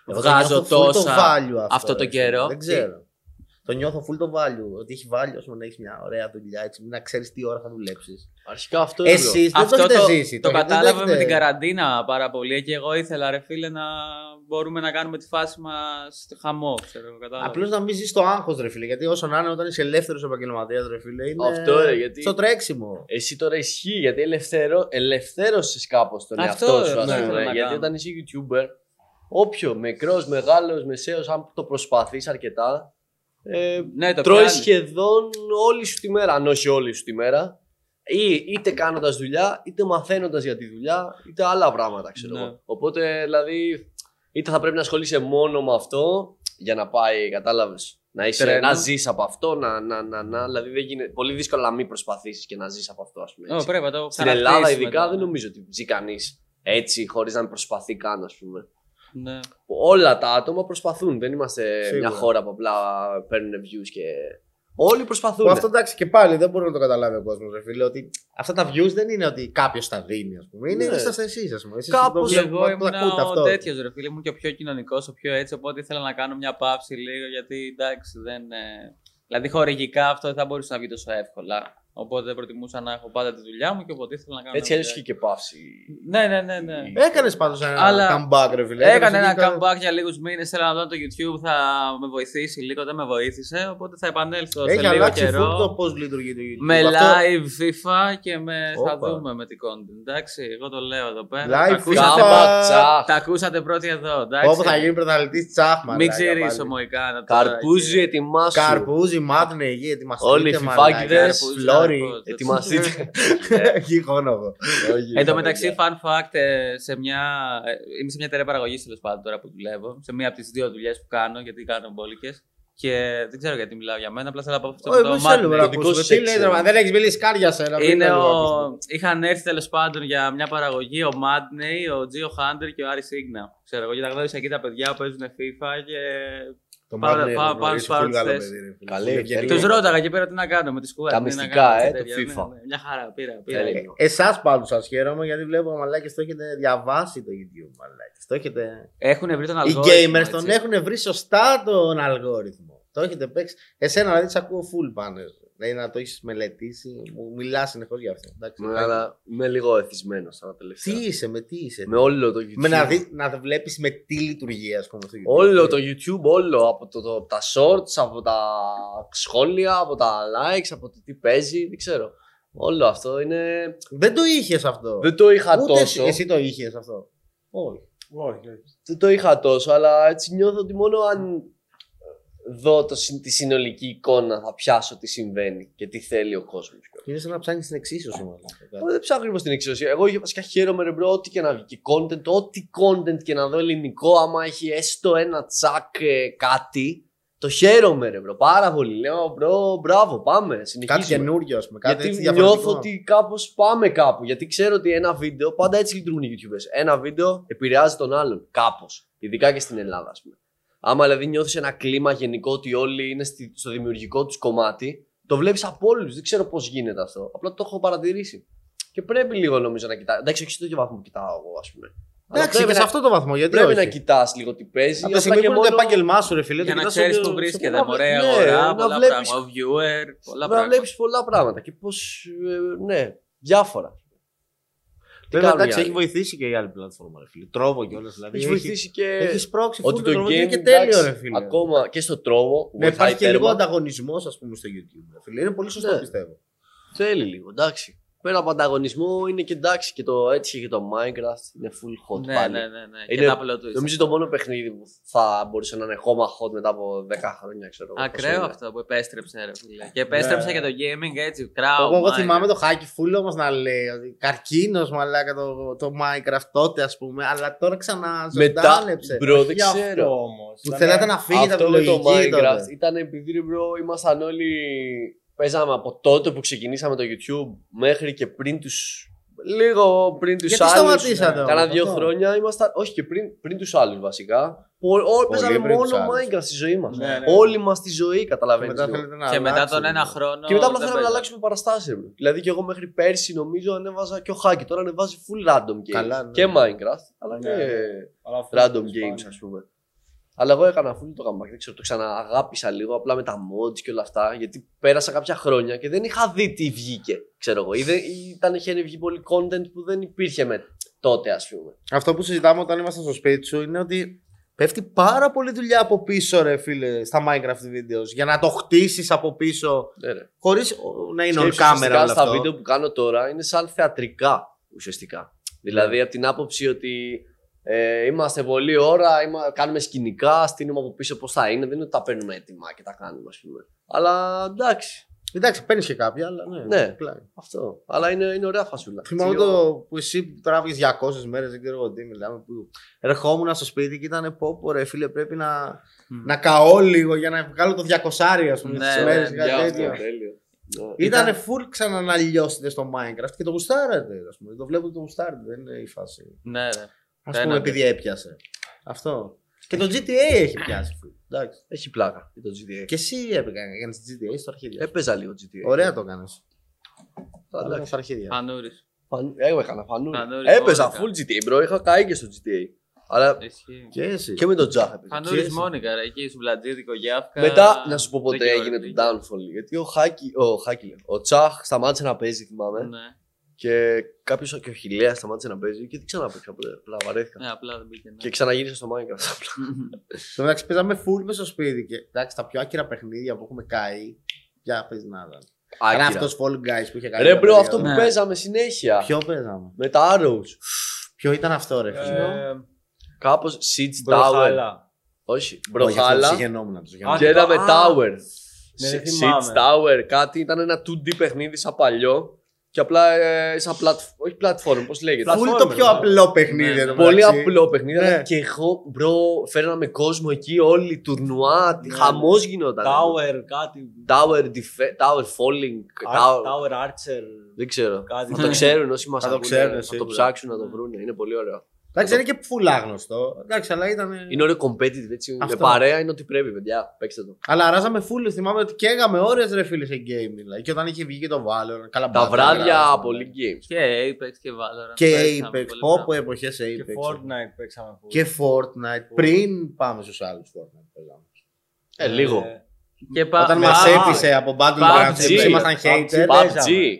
Speaker 1: Εγώ
Speaker 2: βγάζω
Speaker 1: νιώθω full
Speaker 2: τόσα
Speaker 1: value
Speaker 2: αυτό το
Speaker 1: ρε,
Speaker 2: καιρό.
Speaker 1: Δεν ξέρω. Το νιώθω full το value. Ότι έχει value όσο να έχεις μια ωραία δουλειά. Έτσι, να ξέρεις τι ώρα θα δουλέψεις.
Speaker 3: Αρχικά αυτό είναι.
Speaker 1: Εσείς δεν
Speaker 2: Αυτό
Speaker 1: το έχετε
Speaker 2: το,
Speaker 1: ζήσει.
Speaker 2: το
Speaker 1: έχετε- δεν
Speaker 2: κατάλαβα με
Speaker 1: έχετε-
Speaker 2: την καραντίνα πάρα πολύ και εγώ ήθελα ρε φίλε να μπορούμε να κάνουμε τη φάση μας χαμό, ξέρω εγώ κατάλαβα.
Speaker 1: Απλώς να μην ζεις το άγχος, ρε φίλε. Γιατί όσο να είναι, όταν είσαι ελεύθερος επαγγελματίας, ρε φίλε. Είναι
Speaker 3: Αυτό, ρε, γιατί-
Speaker 1: Στο τρέξιμο.
Speaker 3: Εσύ τώρα ισχύει γιατί ελευθερω... ελευθέρωσες κάπως τον
Speaker 2: Αυτό,
Speaker 3: εαυτό σου.
Speaker 2: ρε,
Speaker 3: ας
Speaker 2: ναι,
Speaker 3: πούμε,
Speaker 2: ναι, να
Speaker 3: γιατί
Speaker 2: κάνω.
Speaker 3: όταν είσαι YouTuber, όποιο μικρός, μεγάλος, μεσαίος, αν το προσπαθείς αρκετά, ε,
Speaker 2: Ναι, το
Speaker 3: τρώει
Speaker 2: πιάνεις.
Speaker 3: σχεδόν όλη σου τη μέρα. Αν όχι όλη σου τη μέρα, ή, είτε κάνοντας δουλειά, είτε μαθαίνοντας για τη δουλειά, είτε άλλα πράγματα, ξέρω
Speaker 2: Ναι.
Speaker 3: εγώ. Οπότε, δηλαδή, είτε θα πρέπει να ασχολείσαι μόνο με αυτό για να πάει, κατάλαβες. Να, είσαι,
Speaker 2: Τρένο.
Speaker 3: να ζεις από αυτό, να, να, να, να. Δηλαδή, δεν γίνεται, πολύ δύσκολο να μην προσπαθήσεις και να ζεις από αυτό, ας πούμε.
Speaker 2: Ω,
Speaker 3: έτσι.
Speaker 2: πρέπει να το
Speaker 3: Στην Ελλάδα,
Speaker 2: ξαναχτίσουμε
Speaker 3: ειδικά,
Speaker 2: τώρα.
Speaker 3: δεν νομίζω ότι ζει κανείς έτσι, χωρίς να προσπαθεί καν, ας πούμε.
Speaker 2: Ναι.
Speaker 3: Όλα τα άτομα προσπαθούν. Δεν είμαστε
Speaker 1: Σίγουρα.
Speaker 3: μια χώρα που απλά παίρνουν views και. Όλοι προσπαθούν.
Speaker 1: Που αυτό εντάξει και πάλι δεν μπορεί να το καταλάβει ο κόσμος, ρε φίλε. Ότι αυτά τα views δεν είναι ότι κάποιος τα δίνει, ας πούμε. Είναι
Speaker 3: Ναι.
Speaker 1: είστε εσείς, ας πούμε. Εσείς
Speaker 3: Κάπως
Speaker 1: το
Speaker 2: Και
Speaker 1: βλέπω,
Speaker 2: εγώ
Speaker 1: το
Speaker 2: ήμουν
Speaker 1: ακούτε
Speaker 2: ο τέτοιος ρε φίλε, ήμουν και ο πιο κοινωνικός, ο πιο έτσι. Οπότε ήθελα να κάνω μια παύση λίγο γιατί εντάξει δεν. ε, Δηλαδή χορηγικά αυτό δεν θα μπορούσε να βγει τόσο εύκολα. Οπότε προτιμούσα να έχω πάντα τη δουλειά μου και οπότε ήθελα να κάνω.
Speaker 3: Έτσι
Speaker 2: μια
Speaker 3: έτσι είχε
Speaker 2: δουλειά.
Speaker 3: και παύση.
Speaker 2: Ναι, ναι, ναι. ναι.
Speaker 1: Έκανες πάντως ένα
Speaker 2: Αλλά-
Speaker 1: comeback, ρε φίλε.
Speaker 2: Έκανες ένα
Speaker 1: Έκανες εκεί,
Speaker 2: comeback για λίγους μήνες. Θέλω να δω αν το YouTube θα με βοηθήσει λίγο. Δεν με βοήθησε. Οπότε θα επανέλθω
Speaker 1: Έχει
Speaker 2: σε λίγο
Speaker 1: αλλάξει
Speaker 2: καιρό.
Speaker 1: full το πώς λειτουργεί το YouTube.
Speaker 2: Με
Speaker 1: Αυτό-
Speaker 2: live FIFA και με. Θα
Speaker 1: Όπα.
Speaker 2: δούμε με την content. Εντάξει, εγώ το λέω εδώ πέρα.
Speaker 1: Live
Speaker 2: τα, ακούσατε,
Speaker 1: FIFA.
Speaker 3: Κάμπα, τσάχ.
Speaker 2: τα ακούσατε πρώτοι εδώ. Εντάξει.
Speaker 1: Όπου θα γίνει πρωταθλητής τσάχμα.
Speaker 2: Μην
Speaker 1: μαλάκα,
Speaker 2: ξηρίσω
Speaker 1: πάλι.
Speaker 2: Μοϊκάνα. τώρα,
Speaker 3: Καρπούζι,
Speaker 2: κύριε.
Speaker 3: ετοιμάσου.
Speaker 1: Καρπούζι, μάτουν εκεί, ετοιμαστείτε.
Speaker 3: Όλοι οι
Speaker 1: μαλάκα,
Speaker 3: φυφάκιδες,
Speaker 1: καρπούζι, φλόρι.
Speaker 2: καρπούζι.
Speaker 1: Ναι.
Speaker 3: Ετοιμαστείτε.
Speaker 1: Γιγόνοβο.
Speaker 2: Εν τω μεταξύ, fun fact, ε, σε μια, ε, είμαι σε μια εταιρεία παραγωγή τέλος πάντων τώρα που δουλεύω. Σε μία από τις δύο δουλειές που κάνω, γιατί κάνω μπόλικες. Και δεν ξέρω γιατί μιλάω για μένα, απλά θέλω να πω αυτό
Speaker 1: Όχι,
Speaker 2: το
Speaker 1: δεν θέλουμε να
Speaker 3: το
Speaker 2: μάτι.
Speaker 3: δικό
Speaker 1: ακούσουμε.
Speaker 3: σου
Speaker 1: Τι λέει,
Speaker 3: ξέρω.
Speaker 1: ρε, μα, δεν έχεις μιλήσει κάρια σε ένα
Speaker 2: Είναι ο... Είχαν έρθει τέλος πάντων για μια παραγωγή ο Madney, ο Gio Hunter και ο Άρη Σίγνα. Ξέρω εγώ, και τα γνώρισα εκεί τα παιδιά που παίζουν FIFA και. Πάμε- πάμε- πάμε στους παρόντες.
Speaker 3: Καλή,
Speaker 2: Του
Speaker 3: Λίγο.
Speaker 2: ρώταγα εκεί πέρα τι να κάνω με τη σκούρα.
Speaker 3: Τα
Speaker 2: τι να
Speaker 3: μυστικά,
Speaker 2: κάνω,
Speaker 3: ε,
Speaker 2: τι
Speaker 3: το
Speaker 2: τέτοια.
Speaker 3: FIFA.
Speaker 2: Ναι, ναι, μια χαρά, πήρα. πήρα.
Speaker 3: Καλή.
Speaker 1: Εσά πάντω σας χαίρομαι γιατί βλέπω μαλάκες το έχετε διαβάσει το YouTube. Μαλάκες. Το έχετε...
Speaker 2: Έχουν βρει τον
Speaker 1: Οι
Speaker 2: αλγόριθμο.
Speaker 1: gamers
Speaker 2: έτσι.
Speaker 1: τον έχουν βρει σωστά τον αλγόριθμο. Το έχετε παίξει. Εσένα δηλαδή σε ακούω full πάνω. Δηλαδή να το έχεις μελετήσει. Μου μιλάς συνεχώς για αυτό. Εντάξει,
Speaker 3: Ναι, αλλά Είμαι λίγο εθισμένος τώρα τελευταία.
Speaker 1: Τι είσαι, με τι είσαι.
Speaker 3: Με όλο το YouTube.
Speaker 1: Με να, δει, να βλέπεις με τι λειτουργεί, ας πούμε. στο YouTube.
Speaker 3: Όλο το YouTube, όλο. Από το, το- τα shorts, από τα σχόλια, από τα likes, από το τι παίζει. Δεν ξέρω. Όλο αυτό είναι.
Speaker 1: Δεν το είχες αυτό.
Speaker 3: Δεν το είχα
Speaker 1: Ούτε
Speaker 3: τόσο.
Speaker 1: εσύ, εσύ το είχες αυτό.
Speaker 3: Όχι.
Speaker 4: Όχι, όχι.
Speaker 3: Δεν το είχα τόσο, αλλά έτσι νιώθω ότι μόνο αν δω το, συν- τη συνολική εικόνα θα πιάσω τι συμβαίνει και τι θέλει ο κόσμος.
Speaker 1: Είναι σαν να ψάχνεις την εξίσωση μόνο.
Speaker 3: Δεν ψάχνω ακριβώς την εξουσία. Εγώ για- βασικά χαίρομαι ρε μπρο, ό,τι και να βγει. Και content, ό,τι content και να δω ελληνικό, άμα έχει έστω ένα τσακ ε, κάτι, το χαίρομαι ρε μπρο. Πάρα πολύ. Λέω μπρο, μπράβο, πάμε.
Speaker 1: Κάτι
Speaker 3: Συνεχίζουμε.
Speaker 1: καινούριο, ας πούμε. Κάτι έτσι
Speaker 3: Γιατί
Speaker 1: διαφορετικό.
Speaker 3: νιώθω ότι κάπως πάμε κάπου. Γιατί ξέρω ότι ένα βίντεο, πάντα έτσι λειτουργούν οι YouTubers. Ένα βίντεο επηρεάζει τον άλλον κάπως. Ειδικά και στην Ελλάδα, ας πούμε. Άμα δηλαδή νιώθεις ένα κλίμα γενικό ότι όλοι είναι στη- στο δημιουργικό τους κομμάτι, το βλέπεις από όλους. Δεν ξέρω πώς γίνεται αυτό. Απλά το έχω παρατηρήσει. Και πρέπει λίγο νομίζω να κοιτάω. Εντάξει, όχι στο ίδιο βαθμό που κοιτάω εγώ, ας πούμε. Αλλά
Speaker 1: Εντάξει,
Speaker 3: πρέπει
Speaker 1: και σε
Speaker 3: να-
Speaker 1: αυτό το βαθμό. Γιατί
Speaker 3: Πρέπει
Speaker 1: όχι.
Speaker 3: να κοιτάς λίγο τι παίζει.
Speaker 1: Από τη
Speaker 3: απλά
Speaker 1: στιγμή
Speaker 3: και
Speaker 1: που είναι το
Speaker 3: μόνο-
Speaker 1: επάγγελμά σου, ρε φίλε.
Speaker 2: Για
Speaker 1: το
Speaker 2: να
Speaker 1: κοιτάς
Speaker 2: ξέρεις
Speaker 1: στο-
Speaker 2: που
Speaker 1: στο
Speaker 2: βρίσκεται,
Speaker 1: πράγμα.
Speaker 2: μωρέ,
Speaker 3: ναι,
Speaker 2: αγορά,
Speaker 3: να
Speaker 2: πολλά
Speaker 3: βλέπεις-
Speaker 2: πράγματα. Ο viewer, πολλά
Speaker 3: Να
Speaker 2: πράγματα.
Speaker 3: βλέπεις πολλά πράγματα και πώς. ναι, διάφορα. Τι
Speaker 1: Βέβαια,
Speaker 3: κάνουν οι
Speaker 1: εντάξει,
Speaker 3: άλλοι.
Speaker 1: έχει βοηθήσει και η άλλη πλατφόρμα, ρε φίλε. Τρόβο κιόλας, δηλαδή.
Speaker 3: Έχει βοηθήσει και.
Speaker 1: Έχεις πρόξει
Speaker 3: ότι το game
Speaker 1: είναι και
Speaker 3: εντάξει,
Speaker 1: τέλειο, ρε φίλε.
Speaker 3: Ακόμα και στο τρόβο.
Speaker 1: Να
Speaker 3: βοηθάει
Speaker 1: υπάρχει και λίγο
Speaker 3: τέρμα.
Speaker 1: ανταγωνισμός, ας πούμε, στο YouTube. ρε φίλε. Είναι πολύ σωστό,
Speaker 3: Ναι.
Speaker 1: πιστεύω.
Speaker 3: Θέλει λίγο, εντάξει. Πέρα από ανταγωνισμό είναι και εντάξει και το έτσι και το Minecraft είναι full hot
Speaker 2: Ναι,
Speaker 3: πάλι.
Speaker 2: ναι, ναι. ναι.
Speaker 3: Είναι-
Speaker 2: Και τα απλό του.
Speaker 3: Νομίζω το μόνο παιχνίδι που θα μπορούσε να είναι χώμα hot μετά από 10 χρόνια, ξέρω εγώ, πόσο
Speaker 2: Ακραίο
Speaker 3: είναι.
Speaker 2: αυτό που επέστρεψε, ρε φίλε. Και επέστρεψε
Speaker 4: Ναι.
Speaker 2: και το gaming έτσι. Κράου.
Speaker 1: Εγώ, εγώ
Speaker 2: μάνα.
Speaker 1: θυμάμαι το χάκι φούλ όμως να λέει ότι καρκίνος μαλάκα το, το Minecraft τότε ας πούμε, αλλά τώρα ξανά
Speaker 3: Μετά,
Speaker 1: ζωντάνεψε.
Speaker 3: μπρο, δεν
Speaker 4: Γι'
Speaker 3: ξέρω.
Speaker 4: αυτό όμως.
Speaker 1: Που θέλατε να φύγετε από
Speaker 3: Αυτό
Speaker 1: τη
Speaker 3: με το
Speaker 1: λογική
Speaker 3: Minecraft
Speaker 1: τότε.
Speaker 3: ήταν επειδή ρε, bro, ήμασταν όλοι. Παίζαμε από τότε που ξεκινήσαμε το YouTube μέχρι και πριν τους. Λίγο πριν τους άλλου.
Speaker 1: Γιατί σταματήσατε όμως,
Speaker 3: Κάνα δύο
Speaker 1: αυτό.
Speaker 3: χρόνια ήμασταν. Όχι και πριν, πριν τους άλλους βασικά. Πο- ό, Παίζαμε
Speaker 1: πριν τους
Speaker 3: μόνο
Speaker 1: άλλους.
Speaker 3: Minecraft στη ζωή μας.
Speaker 4: Ναι, ναι.
Speaker 3: Όλη μας τη ζωή,
Speaker 1: Και
Speaker 3: καταλαβαίνετε.
Speaker 1: μετά θέλετε να
Speaker 2: Και μετά τον
Speaker 1: αλλάξετε.
Speaker 2: ένα χρόνο.
Speaker 3: Και μετά απλά θέλαμε
Speaker 2: δεν
Speaker 3: να
Speaker 2: παίζει.
Speaker 3: αλλάξουμε παραστάσεις. ρε. Δηλαδή και εγώ μέχρι πέρσι νομίζω ανέβαζα και ο Χάκη. Τώρα ανεβάζει full random games.
Speaker 1: Καλά, ναι.
Speaker 3: Και Minecraft, αλλά
Speaker 4: Ναι,
Speaker 3: και
Speaker 4: ναι. Αλλά αυτό
Speaker 3: random
Speaker 4: είναι
Speaker 3: games,
Speaker 4: σπάνιο.
Speaker 3: ας πούμε. Αλλά εγώ έκανα αφού το comeback. Δεν ξέρω, το ξανααγάπησα λίγο απλά με τα mods και όλα αυτά. Γιατί πέρασα κάποια χρόνια και δεν είχα δει τι βγήκε. Ξέρω εγώ. Ή δεν- ή Ήταν, είχε βγει πολύ content που δεν υπήρχε με τότε, ας πούμε.
Speaker 1: Αυτό που συζητάμε όταν ήμασταν στο σπίτι σου είναι ότι πέφτει πάρα πολύ δουλειά από πίσω, ρε φίλε, στα Minecraft videos. Για να το χτίσεις από πίσω,
Speaker 3: Ναι, ρε.
Speaker 1: χωρίς να είναι on
Speaker 3: Σκέψου,
Speaker 1: camera
Speaker 3: ουσιαστικά,
Speaker 1: όλο
Speaker 3: Στα
Speaker 1: αυτό.
Speaker 3: βίντεο που κάνω τώρα είναι σαν θεατρικά ουσιαστικά.
Speaker 1: Ναι.
Speaker 3: Δηλαδή από την άποψη ότι ε, είμαστε πολλή ώρα, είμα- κάνουμε σκηνικά, στείλουμε από πίσω πώς θα είναι. Δεν είναι ότι τα παίρνουμε έτοιμα και τα κάνουμε, ας πούμε. Αλλά εντάξει,
Speaker 1: Εντάξει, παίρνεις και κάποια, αλλά ναι.
Speaker 3: Ναι.
Speaker 1: πλάι.
Speaker 3: αυτό. Αλλά είναι, είναι ωραία φασούλα.
Speaker 1: Θυμάμαι
Speaker 3: Έτσι,
Speaker 1: το που εσύ τράβηγε 200 μέρες, δεν ξέρω εγώ τι μιλάμε. Που ερχόμουν στο σπίτι και ήταν πω, πω ρε φίλε, πρέπει να,
Speaker 2: Μμ.
Speaker 1: να καώ λίγο για να βγάλω το 200 ας πούμε.
Speaker 2: Ναι,
Speaker 1: στις
Speaker 2: ναι,
Speaker 1: μέρες,
Speaker 2: ναι,
Speaker 1: κάτι
Speaker 2: ναι,
Speaker 1: τέτοιο.
Speaker 2: ναι.
Speaker 3: Ε, Τέλειο. Ναι.
Speaker 1: Ήτανε full ξαναναλιώσετε στο Minecraft και το γουστάρατε. Ας πούμε. Το βλέπω ότι το γουστάρατε, δεν είναι η φάση.
Speaker 2: Ναι, ρε.
Speaker 1: Ας
Speaker 2: Ένα
Speaker 1: πούμε,
Speaker 2: τέτοιο.
Speaker 1: επειδή έπιασε. Αυτό. Και το GTA έχει πιάσει. full. Εντάξει.
Speaker 3: Έχει πλάκα το GTA.
Speaker 1: Και εσύ έκανες GTA στο αρχίδι.
Speaker 3: Έπαιζα λίγο GTA.
Speaker 1: Ωραία το έκανες.
Speaker 3: Αλλά εντάξει.
Speaker 1: Στο αρχίδι.
Speaker 2: Φανούρη.
Speaker 3: Φαν- ε, Έκανα φανούρι.
Speaker 2: Φανούρι,
Speaker 3: Έπαιζα
Speaker 2: μόνικα.
Speaker 3: full GTA, bro. Είχα καεί και στο GTA. Αλλά
Speaker 2: Ισχύει.
Speaker 1: Και εσύ.
Speaker 3: και με τον Τζάχ έπαιζα.
Speaker 1: Και
Speaker 2: Φανούρη
Speaker 1: εσύ.
Speaker 2: Μόνικα, ρε, εκεί σου βλατζίδικο γιάφκα.
Speaker 3: Μετά, να σου πω
Speaker 2: Δεν
Speaker 3: ποτέ
Speaker 2: ξέρω,
Speaker 3: έγινε
Speaker 2: ρε,
Speaker 3: το downfall. Γιατί ο Χάκη, ο Χάκη λέω, ο Τσάχ σταμάτησε να παίζει, θυμάμαι.
Speaker 2: Ναι,
Speaker 3: Και κάποιος και ο Χιλέας σταμάτησε να παίζει και δεν ξαναπέξα ποτέ. Απλά βαρέθηκα.
Speaker 2: ναι, απλά δεν μπήκε. ναι.
Speaker 3: Και ξαναγύρισα στο Minecraft. απλά.
Speaker 1: Στο μεταξύ παίζαμε full με στο σπίτι. Και, εντάξει, τα πιο άκυρα παιχνίδια που έχουμε καεί. Πια παίζει να ήταν. Άρα
Speaker 3: Άκυρα.
Speaker 1: αυτός Fall Guys που είχε κάνει.
Speaker 3: Ρε
Speaker 1: μια
Speaker 3: μπρο,
Speaker 1: περίοδο.
Speaker 3: αυτό που
Speaker 2: Ναι.
Speaker 3: παίζαμε συνέχεια.
Speaker 1: Ποιο παίζαμε.
Speaker 3: Με τα Arrows.
Speaker 1: Ποιο ήταν αυτό, ρε. φίλε.
Speaker 4: Ε,
Speaker 3: Κάπω Siege Tower.
Speaker 4: Μπροχάλα.
Speaker 3: Όχι,
Speaker 1: Όχι, αυτό τους
Speaker 3: Μπροχάλα.
Speaker 1: συγγενόμουν, τους συγγενόμουν.
Speaker 4: Α,
Speaker 3: Και ένα με
Speaker 4: Α,
Speaker 3: Tower.
Speaker 4: ναι, δεν
Speaker 3: Siege
Speaker 4: θυμάμαι.
Speaker 3: Tower, κάτι. Ήταν ένα 2D παιχνίδι σαν παλιό. Και απλά ε, σαν πλατ- όχι platform, πώς λέγεται.
Speaker 1: Full το πιο
Speaker 4: platform,
Speaker 1: απλό παιχνίδι.
Speaker 2: Ναι,
Speaker 1: εν τω
Speaker 3: Πολύ
Speaker 1: μεταξύ.
Speaker 3: απλό παιχνίδι.
Speaker 1: Ναι.
Speaker 3: Και εγώ, μπρο, φέρναμε κόσμο εκεί, όλοι τουρνουά.
Speaker 4: Ναι.
Speaker 3: Χαμός γινόταν.
Speaker 4: Tower, κάτι.
Speaker 3: Tower, defe- tower falling.
Speaker 4: Ar-
Speaker 3: Tower.
Speaker 4: Tower Archer.
Speaker 3: Δεν ξέρω.
Speaker 4: Κάτι.
Speaker 3: Θα το ξέρουν όσοι μας
Speaker 1: Θα το
Speaker 3: ακούνε.
Speaker 1: ξέρουν
Speaker 3: θα το
Speaker 1: σίγουρα. Ναι.
Speaker 3: ψάξουν να το βρουν. Είναι πολύ ωραίο.
Speaker 1: Εντάξει, είναι και full άγνωστο. Εντάξει, αλλά ήταν.
Speaker 3: Είναι ωραίο competitive έτσι.
Speaker 1: Αυτό.
Speaker 3: Με παρέα είναι ότι πρέπει, παιδιά. Παίξτε το.
Speaker 1: Αλλά αράζαμε full. Θυμάμαι ότι καίγαμε ώρες ρε φίλε σε gaming. Δηλαδή. Και όταν είχε βγει και το Valorant. Καλά,
Speaker 3: Τα
Speaker 1: μπάτα,
Speaker 3: βράδια
Speaker 1: αράζαμε.
Speaker 3: πολύ games.
Speaker 2: Και Apex και Valorant.
Speaker 1: Και
Speaker 2: Παίξαμε
Speaker 1: Apex.
Speaker 2: πολλά
Speaker 1: Πόπο
Speaker 2: πράγματα.
Speaker 1: εποχές
Speaker 4: Και
Speaker 1: Apex.
Speaker 4: Fortnite παίξαμε πολύ.
Speaker 1: Και Fortnite. Πριν πάμε στους άλλους Fortnite. παίζαμε.
Speaker 3: Ε, λίγο.
Speaker 4: Ε,
Speaker 2: Και πα-
Speaker 1: Όταν
Speaker 2: πα-
Speaker 1: μα
Speaker 4: PUBG.
Speaker 1: έπεισε από Battle
Speaker 3: PUBG.
Speaker 1: Royale, εμείς ήμασταν haters.
Speaker 4: PUBG.
Speaker 3: PUBG.